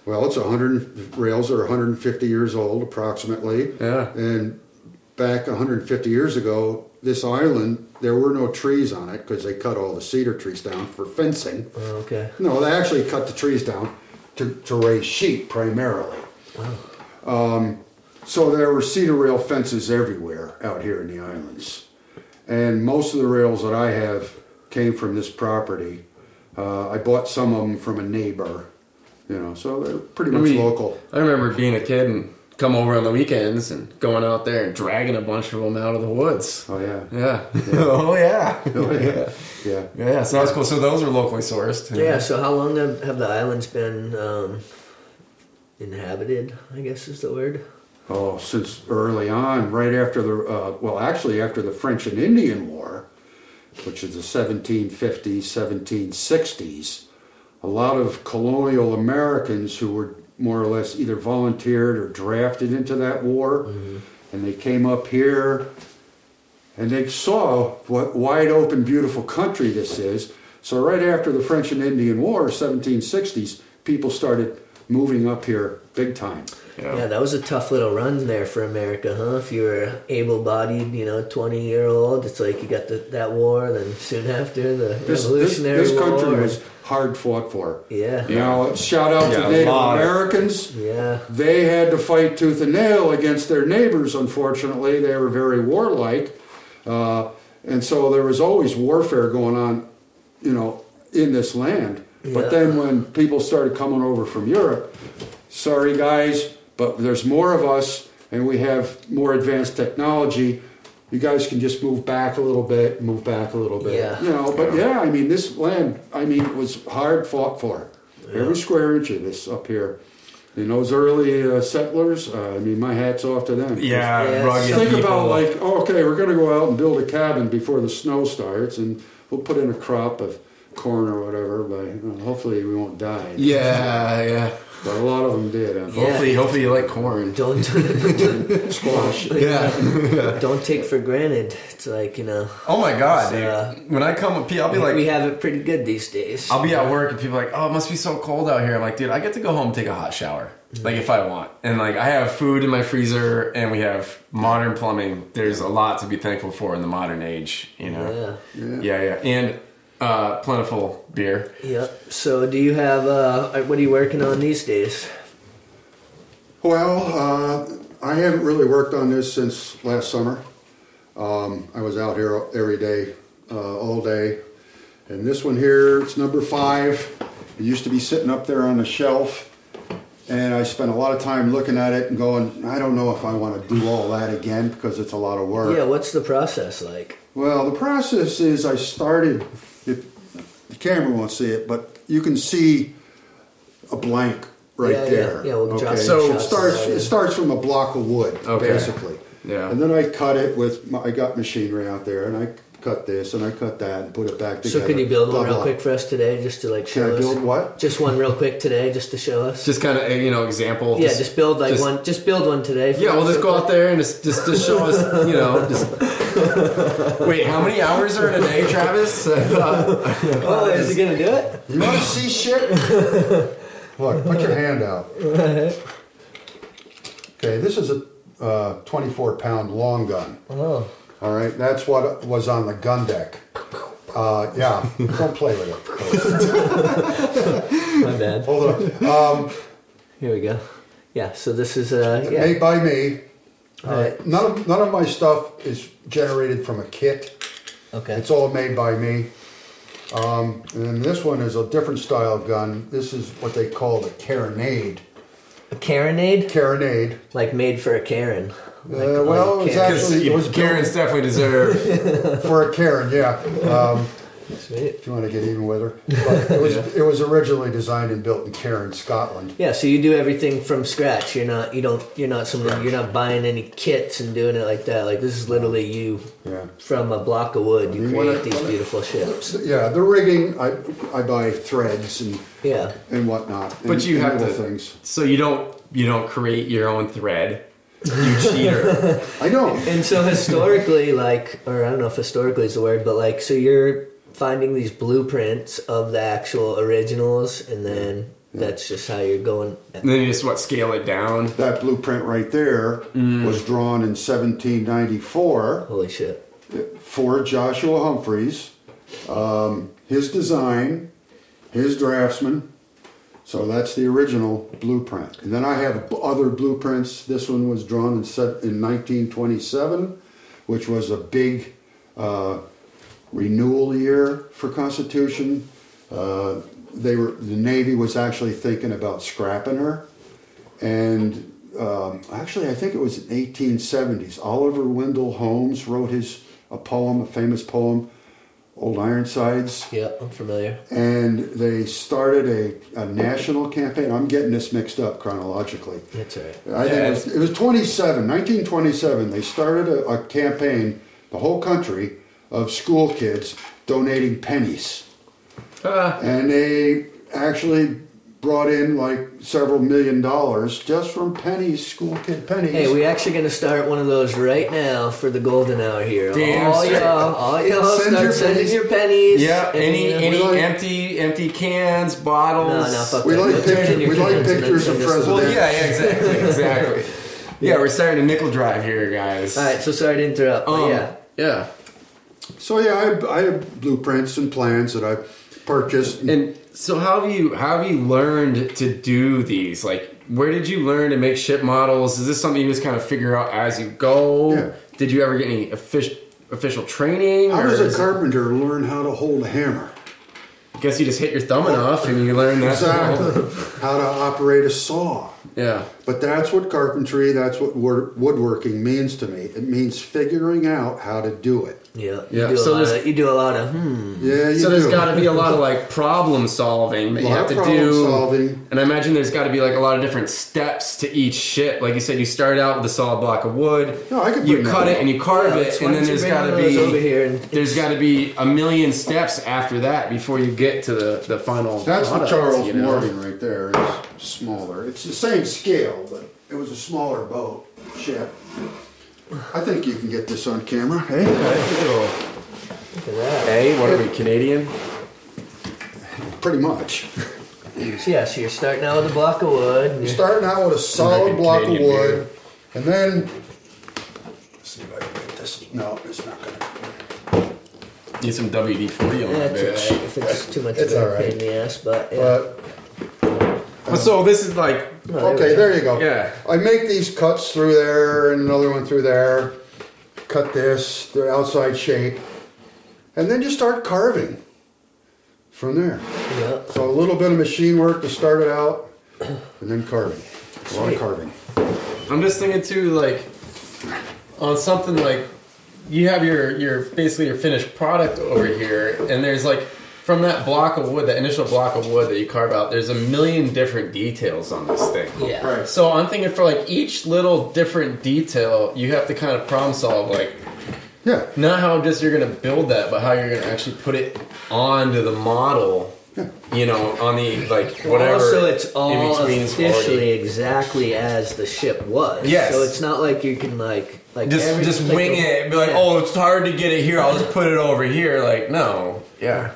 Speaker 1: Well, it's 100 rails are 150 years old approximately.
Speaker 3: Yeah.
Speaker 1: And back 150 years ago, this island there were no trees on it because they cut all the cedar trees down for fencing.
Speaker 2: Oh, Okay.
Speaker 1: No, they actually cut the trees down to, to raise sheep primarily. Um, so there were cedar rail fences everywhere out here in the islands. And most of the rails that I have came from this property. Uh, I bought some of them from a neighbor, you know, so they're pretty much
Speaker 3: We-
Speaker 1: local.
Speaker 3: I remember being a kid and come over on the weekends and going out there and dragging a bunch of them out of the woods.
Speaker 1: Oh, yeah.
Speaker 3: Yeah. oh yeah. yeah.
Speaker 1: Yeah.
Speaker 3: Yeah. So that's cool. So those were locally sourced.
Speaker 2: Yeah. So how long have have the islands been um, inhabited? I guess is the word.
Speaker 1: Oh, since early on, right after the, uh, well, actually after the French and Indian War, which is the 1750s, 1760s, a lot of colonial Americans who were more or less either volunteered or drafted into that war, and they came up here and they saw what wide open, beautiful country this is. So, right after the French and Indian War, 1760s, people started moving up here big time.
Speaker 3: Yeah.
Speaker 2: Yeah, that was a tough little run there for America, huh? If you were able-bodied, you know, twenty-year-old, it's like you got the, that war, then soon after the
Speaker 1: this, this,
Speaker 2: Revolutionary
Speaker 1: this country
Speaker 2: War.
Speaker 1: was hard fought for.
Speaker 2: yeah, yeah,
Speaker 1: Now, shout out
Speaker 3: Yeah,
Speaker 1: to
Speaker 3: a
Speaker 1: Native
Speaker 3: lot of-
Speaker 1: Americans. They had to fight tooth and nail against their neighbors, unfortunately. They were very warlike. Uh, and so there was always warfare going on, you know, in this land.
Speaker 2: Yeah.
Speaker 1: But then when people started coming over from Europe, sorry guys, but there's more of us and we have more advanced technology. You guys can just move back a little bit, move back a little bit.
Speaker 2: Yeah.
Speaker 1: You know, but yeah, I mean, this land, I mean, was hard fought for. Every square inch of this up here. And those early uh, settlers, uh, I mean, my hat's off to them.
Speaker 3: Yeah.
Speaker 2: Yeah,
Speaker 3: rugged
Speaker 2: so-
Speaker 1: Think
Speaker 3: people.
Speaker 1: about like, oh, okay, we're going to go out and build a cabin before the snow starts, and we'll put in a crop of corn or whatever. But you know, hopefully, we won't die.
Speaker 3: Yeah. Yeah.
Speaker 1: But a lot of them did. huh?
Speaker 2: Yeah.
Speaker 3: Hopefully, hopefully you like corn.
Speaker 2: Don't
Speaker 1: Squash.
Speaker 3: Yeah.
Speaker 2: don't take for granted. It's like you know,
Speaker 3: Oh my god, dude.
Speaker 2: Uh,
Speaker 3: when I come, I'll be like,
Speaker 2: we have it pretty good these days.
Speaker 3: I'll be at work and people are like, oh, it must be so cold out here. I'm like, dude, I get to go home and take a hot shower. Like, if I want. And, like, I have food in my freezer and we have modern plumbing. There's a lot to be thankful for in the modern age, you know?
Speaker 2: Yeah.
Speaker 3: Yeah, yeah. And uh, plentiful beer.
Speaker 2: Yep. So, do you have uh, what are you working on these days?
Speaker 1: Well, uh, I haven't really worked on this since last summer. Um, I was out here every day, uh, all day. And this one here, it's number five. It used to be sitting up there on the shelf. And I spent a lot of time looking at it and going, I don't know if I want to do all that again because it's a lot of work.
Speaker 2: Yeah. What's the process like?
Speaker 1: Well, the process is I started, if the camera won't see it, but you can see a blank right
Speaker 2: Yeah, yeah,
Speaker 1: there.
Speaker 2: yeah, we'll drop
Speaker 3: some
Speaker 1: so it
Speaker 3: shots
Speaker 1: starts
Speaker 2: of that in.
Speaker 1: it starts from a block of wood,
Speaker 3: Okay.
Speaker 1: basically.
Speaker 3: Yeah.
Speaker 1: And then I cut it with my, I got machinery out there, and I cut this and I cut that and put it back together.
Speaker 2: So, could you build
Speaker 1: blah,
Speaker 2: one real
Speaker 1: blah.
Speaker 2: quick for us today, just to like show
Speaker 1: Can I
Speaker 2: us?
Speaker 1: build what?
Speaker 2: Just one real quick today, just to show us.
Speaker 3: Just kind of, you know, example.
Speaker 2: yeah, just build like
Speaker 3: just-
Speaker 2: one. Just build one today. for
Speaker 3: Yeah, we'll
Speaker 2: us
Speaker 3: just
Speaker 2: real
Speaker 3: go out
Speaker 2: quick.
Speaker 3: there and just just, just show us, you know. Just... Wait, how many hours are in a day, Travis? Uh,
Speaker 2: Oh, is he gonna do it?
Speaker 1: You want to see shit? Look, put your hand out. Okay, this is a uh, 24 pound long gun.
Speaker 2: Oh,
Speaker 1: All right, that's what was on the gun deck. Uh, yeah, don't play with it.
Speaker 2: my bad.
Speaker 1: Hold on. Uh,
Speaker 2: Here we go. Yeah. So this is uh yeah.
Speaker 1: Made by me.
Speaker 2: All right.
Speaker 1: None of, none of my stuff is generated from a kit.
Speaker 2: Okay.
Speaker 1: It's all made by me. Um, and then this one is a different style of gun. This is what they call the carronade.
Speaker 2: a Karenade,
Speaker 1: Carronade.
Speaker 2: like made for a Karen. Like,
Speaker 1: Uh, well,
Speaker 2: like
Speaker 1: it's
Speaker 2: Karen.
Speaker 1: actually- It was
Speaker 3: Because
Speaker 1: built-
Speaker 3: Karen's definitely deserve
Speaker 1: For a Karen, yeah. Um,
Speaker 2: Sweet.
Speaker 1: if you want to get even with her. But it was it was originally designed and built in Karen, Scotland.
Speaker 2: Yeah, so you do everything from scratch. You're not you don't you're not someone you're not buying any kits and doing it like that. Like this is literally you
Speaker 1: Yeah.
Speaker 2: from a block of wood. You
Speaker 1: You wanna-
Speaker 2: create these beautiful ships.
Speaker 1: Yeah, the rigging I I buy threads and
Speaker 2: Yeah.
Speaker 1: and whatnot.
Speaker 3: But
Speaker 1: and-
Speaker 3: you
Speaker 1: and
Speaker 3: have to.
Speaker 1: little things.
Speaker 3: So you don't you don't create your own thread. You cheater.
Speaker 1: I know.
Speaker 2: And so historically, like or I don't know if historically is the word, but like so you're finding these blueprints of the actual originals and then that's just how you're going
Speaker 3: and then you just what scale it down.
Speaker 1: That blueprint right there
Speaker 3: Mm.
Speaker 1: was drawn in 1794
Speaker 2: holy shit.
Speaker 1: for Joshua Humphreys. Um, his design, his draftsman. So that's the original blueprint. And then I have b- other blueprints. This one was drawn in, set, in 1927, which was a big uh, renewal year for Constitution. Uh, they were the Navy was actually thinking about scrapping her, and um, actually, I think it was in 1870s. Oliver Wendell Holmes wrote his a poem, a famous poem, "Old Ironsides."
Speaker 2: Yeah, I'm familiar.
Speaker 1: and they started a, a national campaign. I'm getting this mixed up chronologically.
Speaker 2: That's all right.
Speaker 1: I think it was, it was 27, 1927. They started a, a campaign, the whole country, of school kids donating pennies.
Speaker 3: Ah.
Speaker 1: And they actually brought in like several million dollars just from pennies, school kid pennies.
Speaker 2: Hey, we're actually gonna start one of those right now for the golden hour here.
Speaker 3: Damn
Speaker 2: all
Speaker 3: straight.
Speaker 2: y'all, all y'all,
Speaker 1: Send
Speaker 2: start
Speaker 1: your
Speaker 2: sending
Speaker 1: pennies.
Speaker 2: your pennies.
Speaker 3: Yeah.
Speaker 2: And,
Speaker 3: Any
Speaker 2: uh,
Speaker 3: any
Speaker 1: like-
Speaker 3: empty empty cans,
Speaker 2: No,
Speaker 3: bottles.
Speaker 2: no, fuck
Speaker 1: We
Speaker 2: that.
Speaker 1: like
Speaker 2: We'll turn
Speaker 1: picture-
Speaker 2: in your
Speaker 1: we like
Speaker 2: cans and
Speaker 1: pictures
Speaker 2: then
Speaker 1: of
Speaker 2: send us
Speaker 1: presidents.
Speaker 2: the-
Speaker 3: well, yeah, yeah, exactly, exactly. Yeah, we're starting a nickel drive here, guys.
Speaker 2: All right, so sorry to interrupt. but
Speaker 3: Um,
Speaker 2: yeah,
Speaker 3: yeah.
Speaker 1: so yeah, I, I have blueprints and plans that I purchased.
Speaker 3: And so, how have you how have you learned to do these? Like, where did you learn to make ship models? Is this something you just kind of figure out as you go?
Speaker 1: Yeah.
Speaker 3: Did you ever get any official official training?
Speaker 1: How
Speaker 3: or
Speaker 1: does
Speaker 3: is
Speaker 1: a
Speaker 3: it-
Speaker 1: carpenter learn how to hold a hammer?
Speaker 3: Guess you just hit your thumb enough and you learn that.
Speaker 1: Exactly. how to operate a saw.
Speaker 3: Yeah.
Speaker 1: But that's what carpentry, that's what wor- woodworking means to me. It means figuring out how to do it.
Speaker 2: yeah,
Speaker 3: Yeah,
Speaker 2: You do, a
Speaker 3: so
Speaker 2: lot
Speaker 3: there's-
Speaker 2: of, you do a lot of hmm.
Speaker 1: Yeah, you
Speaker 3: So there's
Speaker 1: do.
Speaker 3: got to be a lot of like problem solving that you
Speaker 1: Lot
Speaker 3: have
Speaker 1: of
Speaker 3: to
Speaker 1: problem
Speaker 3: do.
Speaker 1: solving.
Speaker 3: And I imagine there's got to be like a lot of different steps to each ship. Like you said, you start out with a solid block of wood.
Speaker 1: No, I could
Speaker 3: you
Speaker 1: bring that
Speaker 3: cut it
Speaker 1: up.
Speaker 3: and you carve
Speaker 2: Yeah,
Speaker 3: it,
Speaker 2: so
Speaker 3: and
Speaker 2: why don't
Speaker 3: then
Speaker 2: you
Speaker 3: there's
Speaker 2: bring
Speaker 3: got to
Speaker 2: one of
Speaker 3: be
Speaker 2: those over here and-
Speaker 3: there's got to be a million steps after that before you get to the the final.
Speaker 1: That's the
Speaker 3: product,
Speaker 1: Charles
Speaker 3: you know?
Speaker 1: Morgan right there. is smaller. It's the same scale, but it was a smaller boat ship. I think you can get this on camera. Hey,
Speaker 2: Look at that.
Speaker 3: Hey, what are we, Canadian?
Speaker 1: pretty much.
Speaker 2: So yeah, so you're starting out with a block of wood. and
Speaker 1: You're
Speaker 2: you're-
Speaker 1: starting out with a solid
Speaker 3: American
Speaker 1: block of
Speaker 3: Canadian
Speaker 1: wood, and then let's see if I can get this. No, it's not gonna.
Speaker 3: Need some WD 40 on
Speaker 2: Yeah,
Speaker 3: that
Speaker 2: it's
Speaker 3: bitch.
Speaker 2: alright if it's too much
Speaker 1: It's
Speaker 2: of a
Speaker 1: alright.
Speaker 2: pain in the ass, but yeah.
Speaker 1: But
Speaker 3: But so this is like,
Speaker 2: Oh,
Speaker 1: okay,
Speaker 2: there
Speaker 1: there you go.
Speaker 3: Yeah.
Speaker 1: I make these cuts through there and another one through there. Cut this, the outside shape, and then just start carving from there.
Speaker 2: Yeah.
Speaker 1: So a little bit of machine work to start it out, and then carving. A lot of
Speaker 2: Sweet.
Speaker 1: carving.
Speaker 3: I'm just thinking too, like, on something like, you have your, your basically your finished product over here, and there's like, from that block of wood, that initial block of wood that you carve out, there's a million different details on this thing.
Speaker 2: Yeah.
Speaker 1: Right.
Speaker 3: So I'm thinking for like each little different detail, you have to kind of problem solve like
Speaker 1: Yeah.
Speaker 3: not how just you're gonna build that, but how you're gonna actually put it onto the model. You know, on the like whatever.
Speaker 2: Also, it's all
Speaker 3: in-between's
Speaker 2: officially
Speaker 3: already-
Speaker 2: exactly as the ship was.
Speaker 3: Yes.
Speaker 2: So it's not like you can like like
Speaker 3: Just
Speaker 2: every-
Speaker 3: just
Speaker 2: like
Speaker 3: wing
Speaker 2: the-
Speaker 3: it. And be like,
Speaker 2: yeah.
Speaker 3: oh, it's hard to get it here. I'll just put it over here. Like, no. Yeah.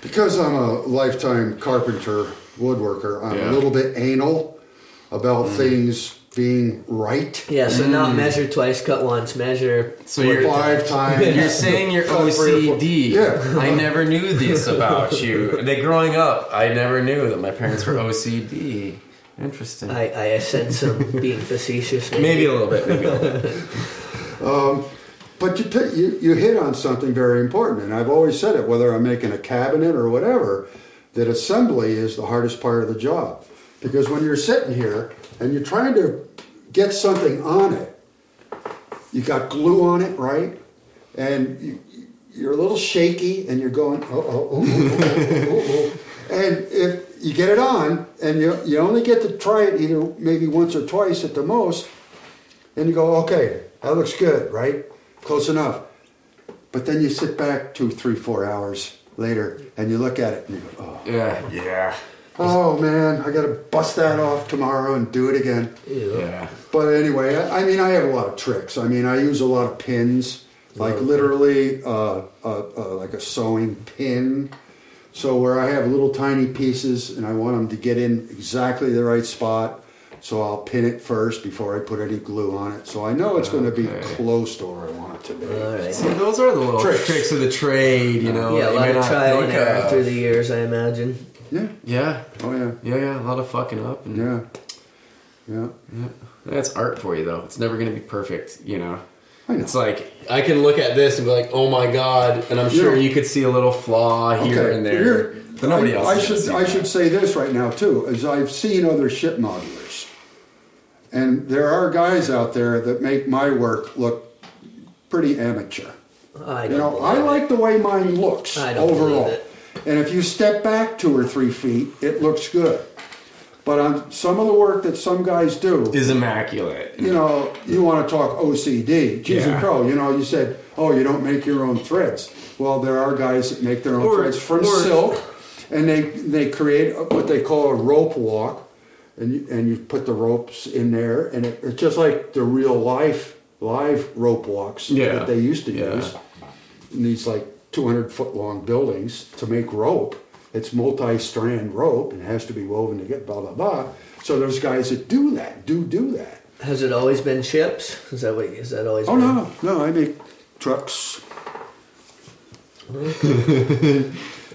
Speaker 1: Because I'm a lifetime carpenter, woodworker, I'm
Speaker 3: Yeah. Mm.
Speaker 1: a little bit anal about things being right.
Speaker 2: Yeah, so not measure twice, cut once, measure.
Speaker 3: So you're
Speaker 1: Five times.
Speaker 3: You're saying you're
Speaker 1: Cut three or four-
Speaker 3: OCD.
Speaker 1: Yeah.
Speaker 3: I never knew this about you. That growing up, I never knew that my parents were OCD. Interesting.
Speaker 2: I, I sense some being facetious.
Speaker 3: Maybe a little bit. Maybe a little bit.
Speaker 1: But you, pick, you you hit on something very important, and I've always said it. Whether I'm making a cabinet or whatever, that assembly is the hardest part of the job, because when you're sitting here and you're trying to get something on it, you got glue on it, right? And you, you're a little shaky, and you're going, oh, oh, oh, oh, oh, oh, oh. and if you get it on, and you you only get to try it either maybe once or twice at the most, and you go, okay, that looks good, right? Close enough. But then you sit back two, three, four hours later and you look at it and you go, oh,
Speaker 3: Yeah. Yeah.
Speaker 1: oh man, I gotta bust that off tomorrow and do it again.
Speaker 2: Ew.
Speaker 3: Yeah.
Speaker 1: But anyway, I, I mean, I have a lot of tricks. I mean, I use a lot of pins, like literally uh, uh, uh, like a sewing pin. So where I have little tiny pieces and I want them to get in exactly the right spot, so I'll pin it first before I put any glue on it. So I know it's going to be
Speaker 3: Okay.
Speaker 1: close to where I want it to be.
Speaker 2: All right.
Speaker 3: See, those are the little tricks,
Speaker 1: Tricks.
Speaker 3: of the trade, you know.
Speaker 2: Yeah,
Speaker 3: that
Speaker 2: a
Speaker 3: you
Speaker 2: lot
Speaker 3: may
Speaker 2: of
Speaker 3: not
Speaker 2: trial and
Speaker 3: think
Speaker 2: error
Speaker 3: of.
Speaker 2: through the years, I imagine.
Speaker 1: Yeah.
Speaker 3: Yeah,
Speaker 1: Oh yeah.
Speaker 3: yeah, yeah. A lot of fucking up, and
Speaker 1: Yeah. Yeah.
Speaker 3: that's art for you, though. It's never gonna be perfect, you know.
Speaker 1: I know.
Speaker 3: It's like I can look at this and be like, "Oh my god," and I'm sure
Speaker 1: Yeah.
Speaker 3: you could see a little flaw here and there.
Speaker 1: here-
Speaker 3: But nobody
Speaker 1: I,
Speaker 3: else.
Speaker 1: I
Speaker 3: is gonna
Speaker 1: should
Speaker 3: see
Speaker 1: I
Speaker 3: that.
Speaker 1: should say this right now too, is I've seen other ship modelers, and there are guys out there that make my work look pretty amateur.
Speaker 2: I don't
Speaker 1: You know,
Speaker 2: believe
Speaker 1: I
Speaker 2: it.
Speaker 1: like the way mine looks
Speaker 2: I don't
Speaker 1: overall,
Speaker 2: believe it.
Speaker 1: and if you step back two or three feet, it looks good. But on some of the work that some guys do,
Speaker 3: is immaculate.
Speaker 1: you know, you want to talk OCD, Jesus
Speaker 3: Yeah.
Speaker 1: Crow. You know, you said, oh, you don't make your own threads. Well, there are guys that make their own
Speaker 3: Or-
Speaker 1: threads from
Speaker 3: or-
Speaker 1: silk, and they they create a- what they call a rope walk, and you, and you put the ropes in there, and it, it's just like the real life live rope walks
Speaker 3: Yeah.
Speaker 1: that they used to
Speaker 3: Yeah.
Speaker 1: use in these like 200 foot long buildings to make rope. It's multi strand rope and it has to be woven to get blah blah blah. So there's guys that do that, do do that.
Speaker 2: Has it always been ships? Is that what? Is that always?
Speaker 1: Oh
Speaker 2: been?
Speaker 1: no, no, I make trucks.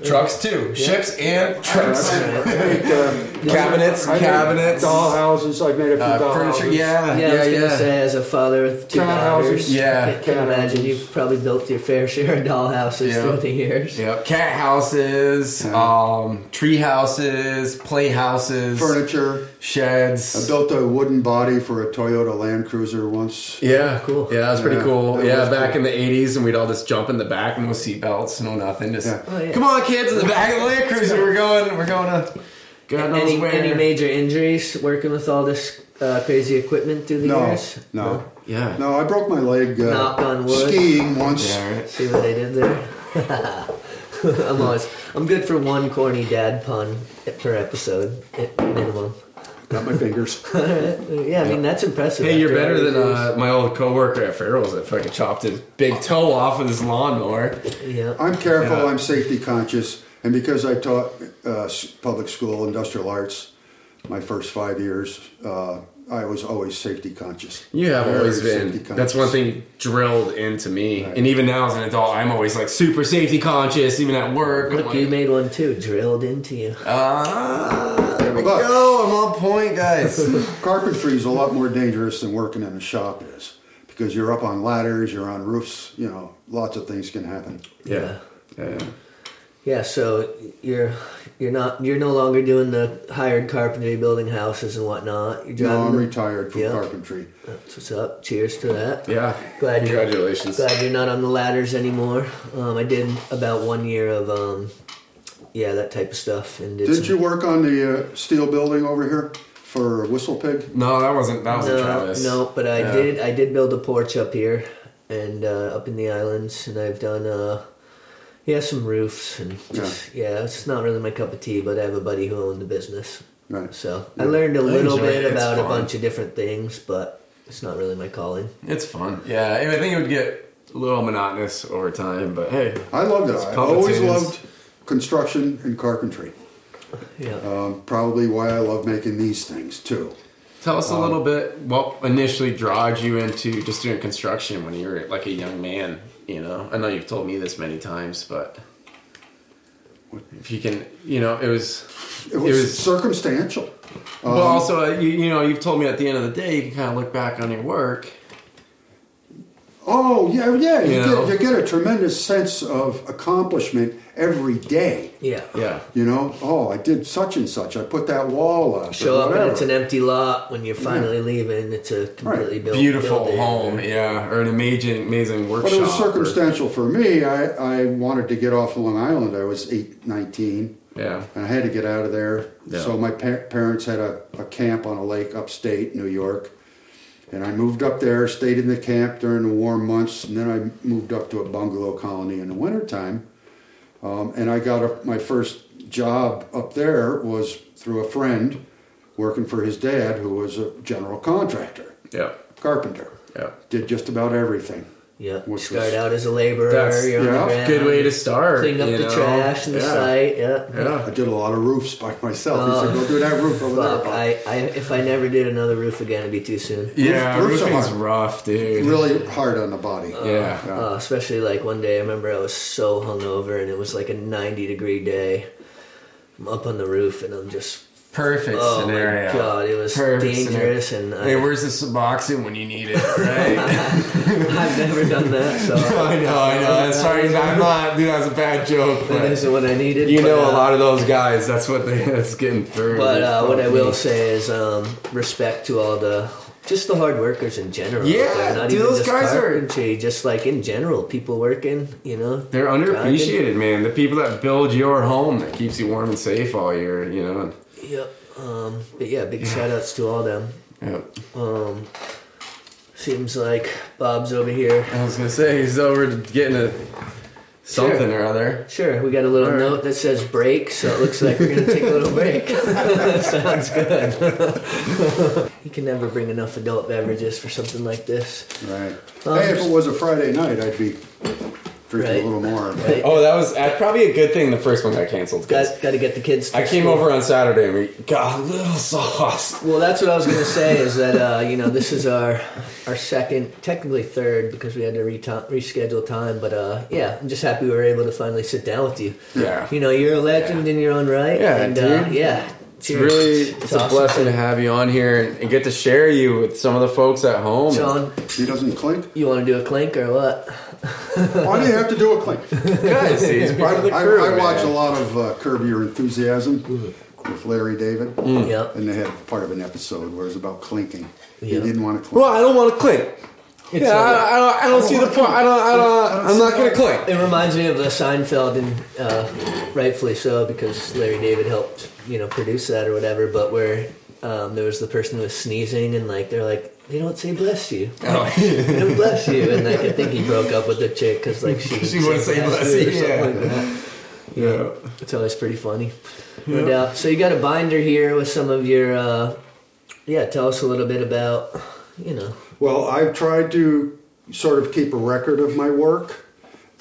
Speaker 3: Trucks too, ships and trucks,
Speaker 1: I make, uh,
Speaker 3: cabinets,
Speaker 1: I make
Speaker 3: cabinets,
Speaker 1: dollhouses. I've made a few
Speaker 3: uh,
Speaker 1: doll
Speaker 3: furniture.
Speaker 1: houses.
Speaker 3: Yeah,
Speaker 2: Yeah, I
Speaker 3: yeah,
Speaker 2: was gonna
Speaker 3: yeah.
Speaker 2: say, as a father of two
Speaker 1: Cat
Speaker 2: daughters,
Speaker 1: houses.
Speaker 3: Yeah.
Speaker 2: I can
Speaker 1: Cat
Speaker 2: imagine
Speaker 1: houses.
Speaker 2: you've probably built your fair share of dollhouses
Speaker 3: Yeah.
Speaker 2: through the years.
Speaker 3: Yep. Cat houses, um, tree houses, playhouses,
Speaker 1: furniture. I
Speaker 3: sheds.
Speaker 1: built a wooden body for a Toyota Land Cruiser once.
Speaker 3: Yeah,
Speaker 2: Cool.
Speaker 3: Yeah, that's pretty
Speaker 1: Yeah,
Speaker 3: cool.
Speaker 1: that
Speaker 3: yeah,
Speaker 1: was
Speaker 3: back
Speaker 1: cool.
Speaker 3: in the '80s, and we'd all just jump in the back, no seatbelts, no nothing. Just
Speaker 1: Yeah.
Speaker 2: Oh, yeah.
Speaker 3: come on, kids, in the back of the Land Cruiser. We're going. We're going to. God knows
Speaker 2: Any,
Speaker 3: where.
Speaker 2: any major injuries working with all this uh, crazy equipment through the
Speaker 1: No,
Speaker 2: years?
Speaker 1: no,
Speaker 3: yeah.
Speaker 1: no. I broke my leg uh,
Speaker 2: Knock on wood.
Speaker 1: skiing once.
Speaker 3: Yeah, right.
Speaker 2: See what I did there? I'm always I'm good for one corny dad pun per episode at minimum.
Speaker 1: not my fingers.
Speaker 2: Yeah, I mean that's impressive.
Speaker 3: Hey, you're
Speaker 2: after
Speaker 3: better
Speaker 2: all
Speaker 3: than
Speaker 2: these
Speaker 3: uh, my old coworker at Farrell's that fucking chopped his big toe off with his lawnmower.
Speaker 2: years. Yeah.
Speaker 1: I'm careful.
Speaker 3: Yeah.
Speaker 1: I'm safety conscious, and because I taught uh, s- public school industrial arts my first five years, uh, I was always safety conscious.
Speaker 3: You have
Speaker 1: Very
Speaker 3: always
Speaker 1: safety
Speaker 3: been.
Speaker 1: conscious.
Speaker 3: That's one thing drilled into me. And even now as an adult, I'm always like super safety conscious, even at work. I'm
Speaker 2: Look, you
Speaker 3: like,
Speaker 2: made one too, drilled into you.
Speaker 3: ah, there we
Speaker 1: Look.
Speaker 3: go. I'm on point, guys.
Speaker 1: Carpentry is a lot more dangerous than working in a shop is because you're up on ladders, you're on roofs. You know, lots of things can happen.
Speaker 3: yeah. yeah.
Speaker 2: Yeah, so you're you're not you're no longer doing the hired carpentry building houses and whatnot. You're driving
Speaker 1: No, I'm
Speaker 2: the-
Speaker 1: retired from
Speaker 2: Yeah.
Speaker 1: carpentry.
Speaker 2: That's what's up. Cheers to that.
Speaker 3: Yeah.
Speaker 2: Glad you're-
Speaker 3: Congratulations.
Speaker 2: Glad you're not on the ladders anymore. Um, I did about one year of um, yeah that type of stuff and did.
Speaker 1: Did
Speaker 2: some-
Speaker 1: you work on the uh, steel building over here for Whistle Pig?
Speaker 3: No, that wasn't that wasn't
Speaker 2: No,
Speaker 3: Travis.
Speaker 2: no, but I
Speaker 3: Yeah.
Speaker 2: did. I did build a porch up here and uh, up in the islands, and I've done uh, yeah some roofs and just, yeah. it's not really my cup of tea, but I have a buddy who owned the business,
Speaker 1: Right.
Speaker 2: so I learned a little
Speaker 3: enjoy
Speaker 2: bit
Speaker 3: it. It's
Speaker 2: about a
Speaker 3: fun.
Speaker 2: bunch of different things, but it's not really my calling.
Speaker 3: It's fun. Yeah, I think it would get a little monotonous over time, but hey,
Speaker 1: I loved it. I always
Speaker 3: competent.
Speaker 1: loved construction and carpentry.
Speaker 2: Yeah,
Speaker 3: Uh,
Speaker 1: Um, probably why I love making these things too.
Speaker 3: tell us a little bit what initially drawed you into just doing construction when you were like a young man. You know, I know you've told me this many times, but if you can, you know, it was.
Speaker 1: It was,
Speaker 3: It was-
Speaker 1: circumstantial. Um,
Speaker 3: But
Speaker 2: um,
Speaker 3: also, uh, you, you know, you've told me at the end of the day, you can kind of look back on your work.
Speaker 1: Oh yeah, yeah. You,
Speaker 3: You
Speaker 1: get,
Speaker 3: know?
Speaker 1: you get a tremendous sense of accomplishment every day.
Speaker 2: yeah,
Speaker 3: Yeah.
Speaker 1: You know, oh, I did such and such. I put that wall up. or
Speaker 2: Show up and
Speaker 1: whatever.
Speaker 2: it's an empty lot when you're finally leaving. It's a completely built
Speaker 3: Beautiful
Speaker 2: building.
Speaker 3: home, yeah, or an amazing, amazing workshop.
Speaker 1: But it was
Speaker 3: or-
Speaker 1: circumstantial for me. I, I wanted to get off Long Island. I was eight, 19,
Speaker 3: Yeah.
Speaker 1: and I had to get out of there.
Speaker 3: Yeah.
Speaker 1: So my pa- parents had a, a camp on a lake upstate New York, and I moved up there, stayed in the camp during the warm months, and then I moved up to a bungalow colony in the wintertime. Um, and I got a, my first job up there was through a friend working for his dad, who was a general contractor,
Speaker 3: Yeah.
Speaker 1: carpenter.
Speaker 3: Yeah.
Speaker 1: Did just about everything.
Speaker 2: Yeah, you
Speaker 1: Which
Speaker 2: start
Speaker 1: was-
Speaker 2: out as a laborer.
Speaker 3: That's-
Speaker 2: you're on
Speaker 1: yeah,
Speaker 2: the ground,
Speaker 3: Good way to start.
Speaker 2: clean up
Speaker 3: you
Speaker 2: the
Speaker 3: know?
Speaker 2: trash and the
Speaker 3: Yeah.
Speaker 2: site. Yeah.
Speaker 1: I
Speaker 3: Yeah.
Speaker 1: did a lot of roofs by myself. he said, "Go
Speaker 2: Oh.
Speaker 1: do that roof over there."
Speaker 2: Fuck,
Speaker 1: Bob."
Speaker 2: I, I, if I never did another roof again, it'd be too soon.
Speaker 3: Yeah,
Speaker 1: Roofs are
Speaker 3: roofing's
Speaker 1: hard.
Speaker 3: rough, dude.
Speaker 1: really hard on the body.
Speaker 3: yeah.
Speaker 2: Uh, especially like one day, I remember I was so hungover and it was like a 90 degree day. I'm up on the roof and I'm just,
Speaker 3: Perfect
Speaker 2: oh
Speaker 3: scenario.
Speaker 2: my god, it was
Speaker 3: Perfect
Speaker 2: dangerous
Speaker 3: scenario.
Speaker 2: and I,
Speaker 3: Hey, where's the Suboxone when you need it, right?
Speaker 2: I've never done that, so
Speaker 3: I know, I know. I'm sorry, I'm not. Dude, that's a bad joke.
Speaker 2: that
Speaker 3: But
Speaker 2: isn't what I needed.
Speaker 3: you
Speaker 2: but,
Speaker 3: know,
Speaker 2: uh,
Speaker 3: a lot of those guys. That's what they. That's getting through.
Speaker 2: But
Speaker 3: They
Speaker 2: uh, what I
Speaker 3: fucking-
Speaker 2: will say is um, respect to all the just the hard workers in general.
Speaker 3: Yeah,
Speaker 2: They're not
Speaker 3: dude,
Speaker 2: even
Speaker 3: those
Speaker 2: just
Speaker 3: guys are-
Speaker 2: carpentry, just like in general, people working. You know,
Speaker 3: They're
Speaker 2: grinding.
Speaker 3: underappreciated, man. The people that build your home that keeps you warm and safe all year, you know.
Speaker 2: Yep. Um, but yeah, big shout outs to all them.
Speaker 3: Yeah.
Speaker 2: Um, seems like Bob's over here.
Speaker 3: I was gonna say he's over getting a something or other.
Speaker 2: Sure, we got a little
Speaker 3: All right.
Speaker 2: note that says break, so it looks like we're gonna take a little break. Sounds good. you can never bring enough adult beverages for something like this.
Speaker 1: Right.
Speaker 2: Um,
Speaker 1: hey, if it was a Friday night, I'd be drinking
Speaker 2: Right.
Speaker 1: a little more.
Speaker 2: Right.
Speaker 3: Oh, that was uh, probably a good thing. The first one got canceled. 'cause
Speaker 2: Got, got to get the kids. to
Speaker 3: I came
Speaker 2: school.
Speaker 3: over on Saturday and we got a little sauce.
Speaker 2: Well, that's what I was going to say. Is that uh, you know this is our our second, technically third, because we had to reti reschedule time. But uh, yeah, I'm just happy we were able to finally sit down with you.
Speaker 3: Yeah.
Speaker 2: You know, you're a legend
Speaker 3: Yeah.
Speaker 2: in your own right.
Speaker 3: Yeah,
Speaker 2: and, Uh,
Speaker 3: dude.
Speaker 2: yeah.
Speaker 3: It's really it's, a
Speaker 2: awesome.
Speaker 3: blessing to have you on here and, and get to share you with some of the folks at home.
Speaker 2: Sean,
Speaker 1: He doesn't clink.
Speaker 2: you want to do a clink or what?
Speaker 1: Why do you have to do a clink?
Speaker 3: guys, he's part of the
Speaker 1: I,
Speaker 3: crew.
Speaker 1: I watch a
Speaker 3: man.
Speaker 1: lot of uh, Curb Your Enthusiasm
Speaker 2: Mm.
Speaker 1: with Larry David,
Speaker 2: Yep.
Speaker 1: and they had part of an episode where it was about clinking. He
Speaker 2: Yeah.
Speaker 1: didn't want to clink.
Speaker 3: Well, I don't want to click.
Speaker 2: It's,
Speaker 3: Yeah,
Speaker 2: uh,
Speaker 3: I, I don't. I don't see the point. I don't. I don't. I'm not gonna click.
Speaker 2: It reminds me of the Seinfeld, and uh, rightfully so, because Larry David helped, you know, produce that or whatever. But where um, there was the person who was sneezing, and like they're like, they don't say bless you,
Speaker 5: Oh.
Speaker 2: they don't bless you, and like I think he broke up with the chick because like she
Speaker 3: She wouldn't say bless
Speaker 2: you
Speaker 3: you,
Speaker 2: or something
Speaker 3: yeah.
Speaker 2: like that.
Speaker 3: Yeah.
Speaker 2: It's always pretty funny. No doubt. So you got a binder here with some of your uh, yeah, tell us a little bit about, you know,
Speaker 1: Well, I've tried to sort of keep a record of my work,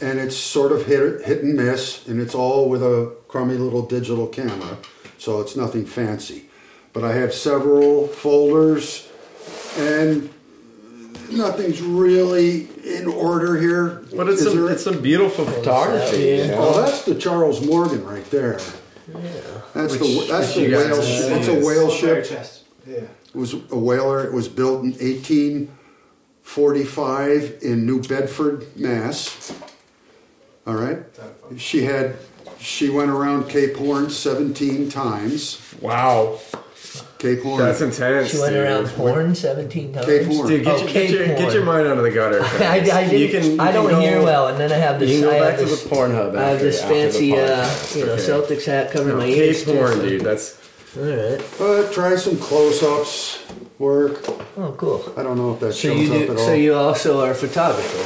Speaker 1: and it's sort of hit, hit and miss, and it's all with a crummy little digital camera, so it's nothing fancy. But I have several folders, and nothing's really in order here.
Speaker 5: But it's
Speaker 1: Is
Speaker 5: some,
Speaker 1: there-
Speaker 5: it's some beautiful photography. you know?
Speaker 1: Oh, that's the Charles Morgan right there. That's the
Speaker 5: Which-
Speaker 1: that's
Speaker 5: which
Speaker 1: the
Speaker 5: you guys
Speaker 1: whale.
Speaker 5: have
Speaker 1: Ship.
Speaker 5: seen
Speaker 1: That's a
Speaker 5: is-
Speaker 1: whale ship.
Speaker 6: chest. Yeah.
Speaker 1: It was a whaler. It was built in 1845 in New Bedford, Mass. All right. She had she went around Cape Horn 17 times.
Speaker 3: Wow,
Speaker 1: Cape Horn.
Speaker 3: that's intense.
Speaker 2: she went
Speaker 3: dude.
Speaker 2: around Horn 17 times.
Speaker 1: Cape Horn.
Speaker 5: Dude, get,
Speaker 2: Oh,
Speaker 5: your, get,
Speaker 2: Cape
Speaker 5: your, get
Speaker 2: Horn.
Speaker 5: your mind out of the gutter.
Speaker 2: I, I didn't,
Speaker 5: You can- you
Speaker 2: I
Speaker 5: can
Speaker 2: don't
Speaker 5: go-
Speaker 2: hear well, and then I have this.
Speaker 5: You can go
Speaker 2: I
Speaker 5: back to
Speaker 2: have
Speaker 5: the
Speaker 2: this,
Speaker 5: Pornhub.
Speaker 2: I have
Speaker 5: after-
Speaker 2: this
Speaker 5: after the
Speaker 2: fancy, uh,
Speaker 5: podcast.
Speaker 2: you know,
Speaker 5: Okay.
Speaker 2: Celtics hat covering my ears.
Speaker 5: Cape
Speaker 2: too,
Speaker 5: porn,
Speaker 2: so-
Speaker 5: dude. That's
Speaker 2: All right.
Speaker 1: Uh, try some close-ups work.
Speaker 2: Oh, cool.
Speaker 1: I don't know if that
Speaker 2: So
Speaker 1: shows
Speaker 2: you
Speaker 1: up
Speaker 2: do,
Speaker 1: at
Speaker 2: so
Speaker 1: all.
Speaker 2: you also are a photographer.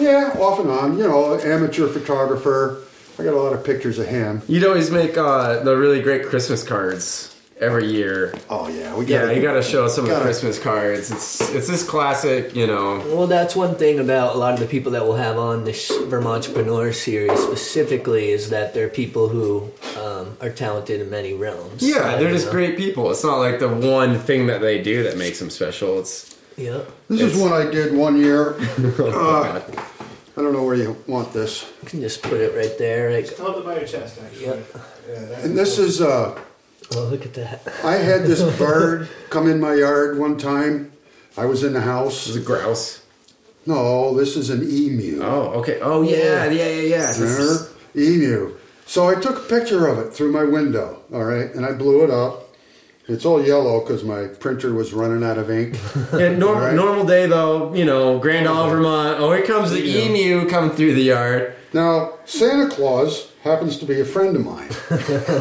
Speaker 1: yeah, off and on. You know, amateur photographer. I got a lot of pictures of him.
Speaker 3: You'd always make uh, the really great Christmas cards every year.
Speaker 1: Oh yeah, we got
Speaker 3: Yeah, you gotta show some of
Speaker 1: gotta-
Speaker 3: the Christmas cards. It's it's this classic, you know.
Speaker 2: Well, that's one thing about a lot of the people that we'll have on this Vermont Entrepreneur series specifically is that they're people who um, are talented in many realms.
Speaker 3: Yeah, Uh, they're
Speaker 2: You
Speaker 3: just
Speaker 2: know?
Speaker 3: great people. It's not like the one thing that they do that makes them special. It's oh
Speaker 2: Yeah.
Speaker 1: This is
Speaker 3: It's-
Speaker 1: one I did one year. Uh, I don't know where you want this.
Speaker 2: You can just put it right there. Like,
Speaker 6: Tell it by your chest, actually.
Speaker 2: Yep.
Speaker 6: Yeah, that's
Speaker 1: And this is, uh,
Speaker 2: oh, look at that.
Speaker 1: I had this bird come in my yard one time. I was in the
Speaker 3: it's
Speaker 1: house.
Speaker 3: a grouse.
Speaker 1: No, this is an emu.
Speaker 3: Oh, okay. Oh yeah, yeah, yeah, yeah. This
Speaker 1: There,
Speaker 3: is-
Speaker 1: emu. So I took a picture of it through my window, all right, and I blew it up. It's all yellow because my printer was running out of ink.
Speaker 3: Yeah, norm,
Speaker 1: Right.
Speaker 3: Normal day though, you know, Grand Isle, Vermont. Oh, here comes the emu coming through the yard.
Speaker 1: Now, Santa Claus happens to be a friend of mine.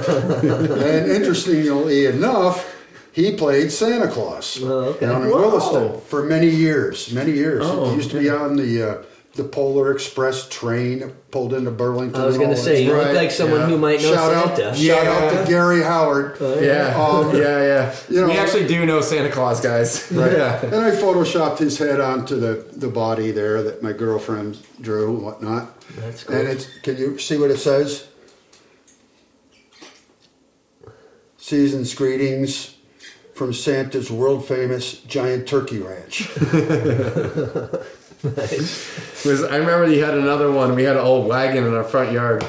Speaker 1: and interestingly enough, he played Santa Claus
Speaker 2: Oh, okay.
Speaker 1: down in Williston for many years. Many years.
Speaker 3: Oh,
Speaker 1: he used to be on the uh, the Polar Express train that pulled into Burlington.
Speaker 2: I was
Speaker 1: and
Speaker 2: gonna
Speaker 1: all
Speaker 2: say,
Speaker 1: that.
Speaker 2: you look
Speaker 3: right,
Speaker 2: like someone
Speaker 3: yeah.
Speaker 2: who might know
Speaker 1: shout out,
Speaker 2: Santa. Oh,
Speaker 1: shout out
Speaker 3: Yeah.
Speaker 1: to Gary Howard.
Speaker 3: Yeah,
Speaker 1: Um,
Speaker 3: yeah, yeah.
Speaker 1: you know-
Speaker 3: we actually do know Santa Claus, guys.
Speaker 1: Right.
Speaker 3: Yeah.
Speaker 1: And I photoshopped his head onto the, the body there that my girlfriend drew and whatnot.
Speaker 2: That's cool.
Speaker 1: And it's can you see what it says? Season's greetings from Santa's world famous giant turkey ranch.
Speaker 3: Was, I remember you had another one. We had an old wagon in our front yard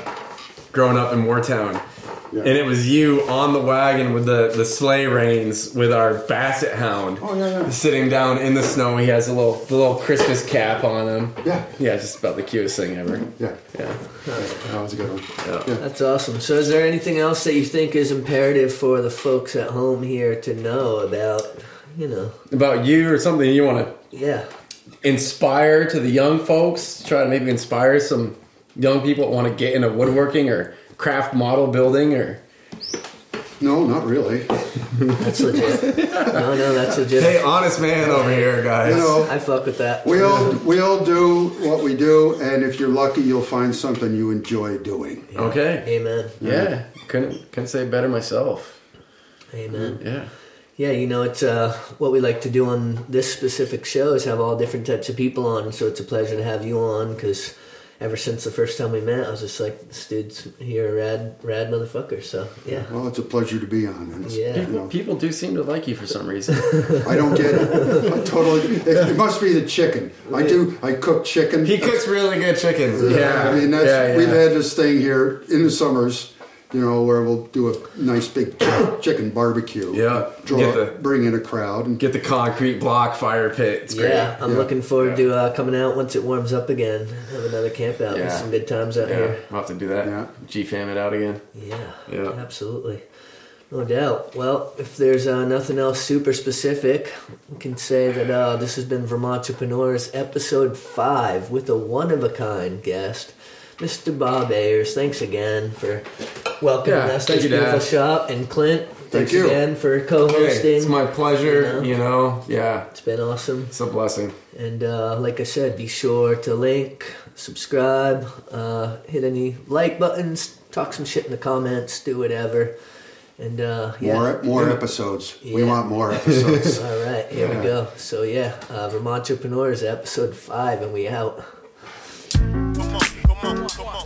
Speaker 3: growing up in Moortown.
Speaker 1: Yeah.
Speaker 3: And it was you on the wagon with the, the sleigh reins with our basset hound
Speaker 1: Oh, yeah, yeah.
Speaker 3: sitting down in the snow. He has a little the little Christmas cap on him.
Speaker 1: Yeah.
Speaker 3: Yeah, it's just about the cutest thing ever.
Speaker 1: Yeah,
Speaker 3: Yeah.
Speaker 1: that was a good one.
Speaker 2: That's awesome. So, is there anything else that you think is imperative for the folks at home here to know about? You know,
Speaker 3: About you or something you want to
Speaker 2: yeah.
Speaker 3: inspire to the young folks? Try to maybe inspire some young people that want to get into woodworking or craft model building or
Speaker 1: No, not really.
Speaker 2: That's legit. no, no, that's legit.
Speaker 3: Hey, honest man over here, guys.
Speaker 1: You know,
Speaker 2: I fuck with that.
Speaker 1: we all we all do what we do, and if you're lucky, you'll find something you enjoy doing.
Speaker 3: Okay.
Speaker 2: Amen.
Speaker 3: Yeah. Couldn't couldn't say it better myself.
Speaker 2: Amen.
Speaker 3: Yeah.
Speaker 2: Yeah, you know, it's uh, what we like to do on this specific show is have all different types of people on. So it's a pleasure to have you on because ever since the first time we met, I was just like, this dude's here, a rad, rad motherfucker. So yeah,
Speaker 1: Well, it's a pleasure to be on. and it's- you
Speaker 2: Yeah.
Speaker 1: know.
Speaker 3: People do seem to like you for some reason.
Speaker 1: I don't get it. I totally. It, it must be the chicken. I do. I cook chicken.
Speaker 3: he cooks really good chicken.
Speaker 1: Yeah,
Speaker 3: Yeah.
Speaker 1: I mean that's
Speaker 3: yeah, yeah.
Speaker 1: we've had this thing here in the summers, you know, where we'll do a nice big chi- chicken barbecue.
Speaker 3: Yeah,
Speaker 1: draw,
Speaker 3: get the-
Speaker 1: bring in a crowd and
Speaker 3: get the concrete block fire pit. It's great.
Speaker 2: yeah,
Speaker 3: Yeah.
Speaker 2: I'm
Speaker 1: Yeah.
Speaker 2: looking forward to uh, coming out once it warms up again. Have another camp out.
Speaker 3: Yeah.
Speaker 2: Have some good times out here.
Speaker 3: I'll have to do that.
Speaker 1: Yeah.
Speaker 3: G fam it out again.
Speaker 2: Yeah,
Speaker 3: Yeah.
Speaker 2: absolutely. No doubt. Well, if there's uh, nothing else super specific, we can say that uh, this has been Vermont Entrepreneurs episode five with a one of a kind guest, Mr. Bob Ayers. Thanks again for welcoming
Speaker 3: Yeah,
Speaker 2: us to
Speaker 3: thank
Speaker 2: this
Speaker 3: you, Dad.
Speaker 2: beautiful shop. And Clint, thanks
Speaker 1: you.
Speaker 2: again for co hosting.
Speaker 3: Hey, it's my
Speaker 2: You know?
Speaker 3: pleasure, you know. Yeah.
Speaker 2: it's been awesome.
Speaker 3: It's a blessing.
Speaker 2: And uh, like I said, be sure to link, subscribe, uh, hit any like buttons, talk some shit in the comments, do whatever. And uh, yeah.
Speaker 1: More more episodes. We
Speaker 2: Yeah.
Speaker 1: want more episodes.
Speaker 2: All right, here we go. So yeah, uh, Vermont Entrepreneurs, episode five, and we out.
Speaker 4: come on, come on, come on.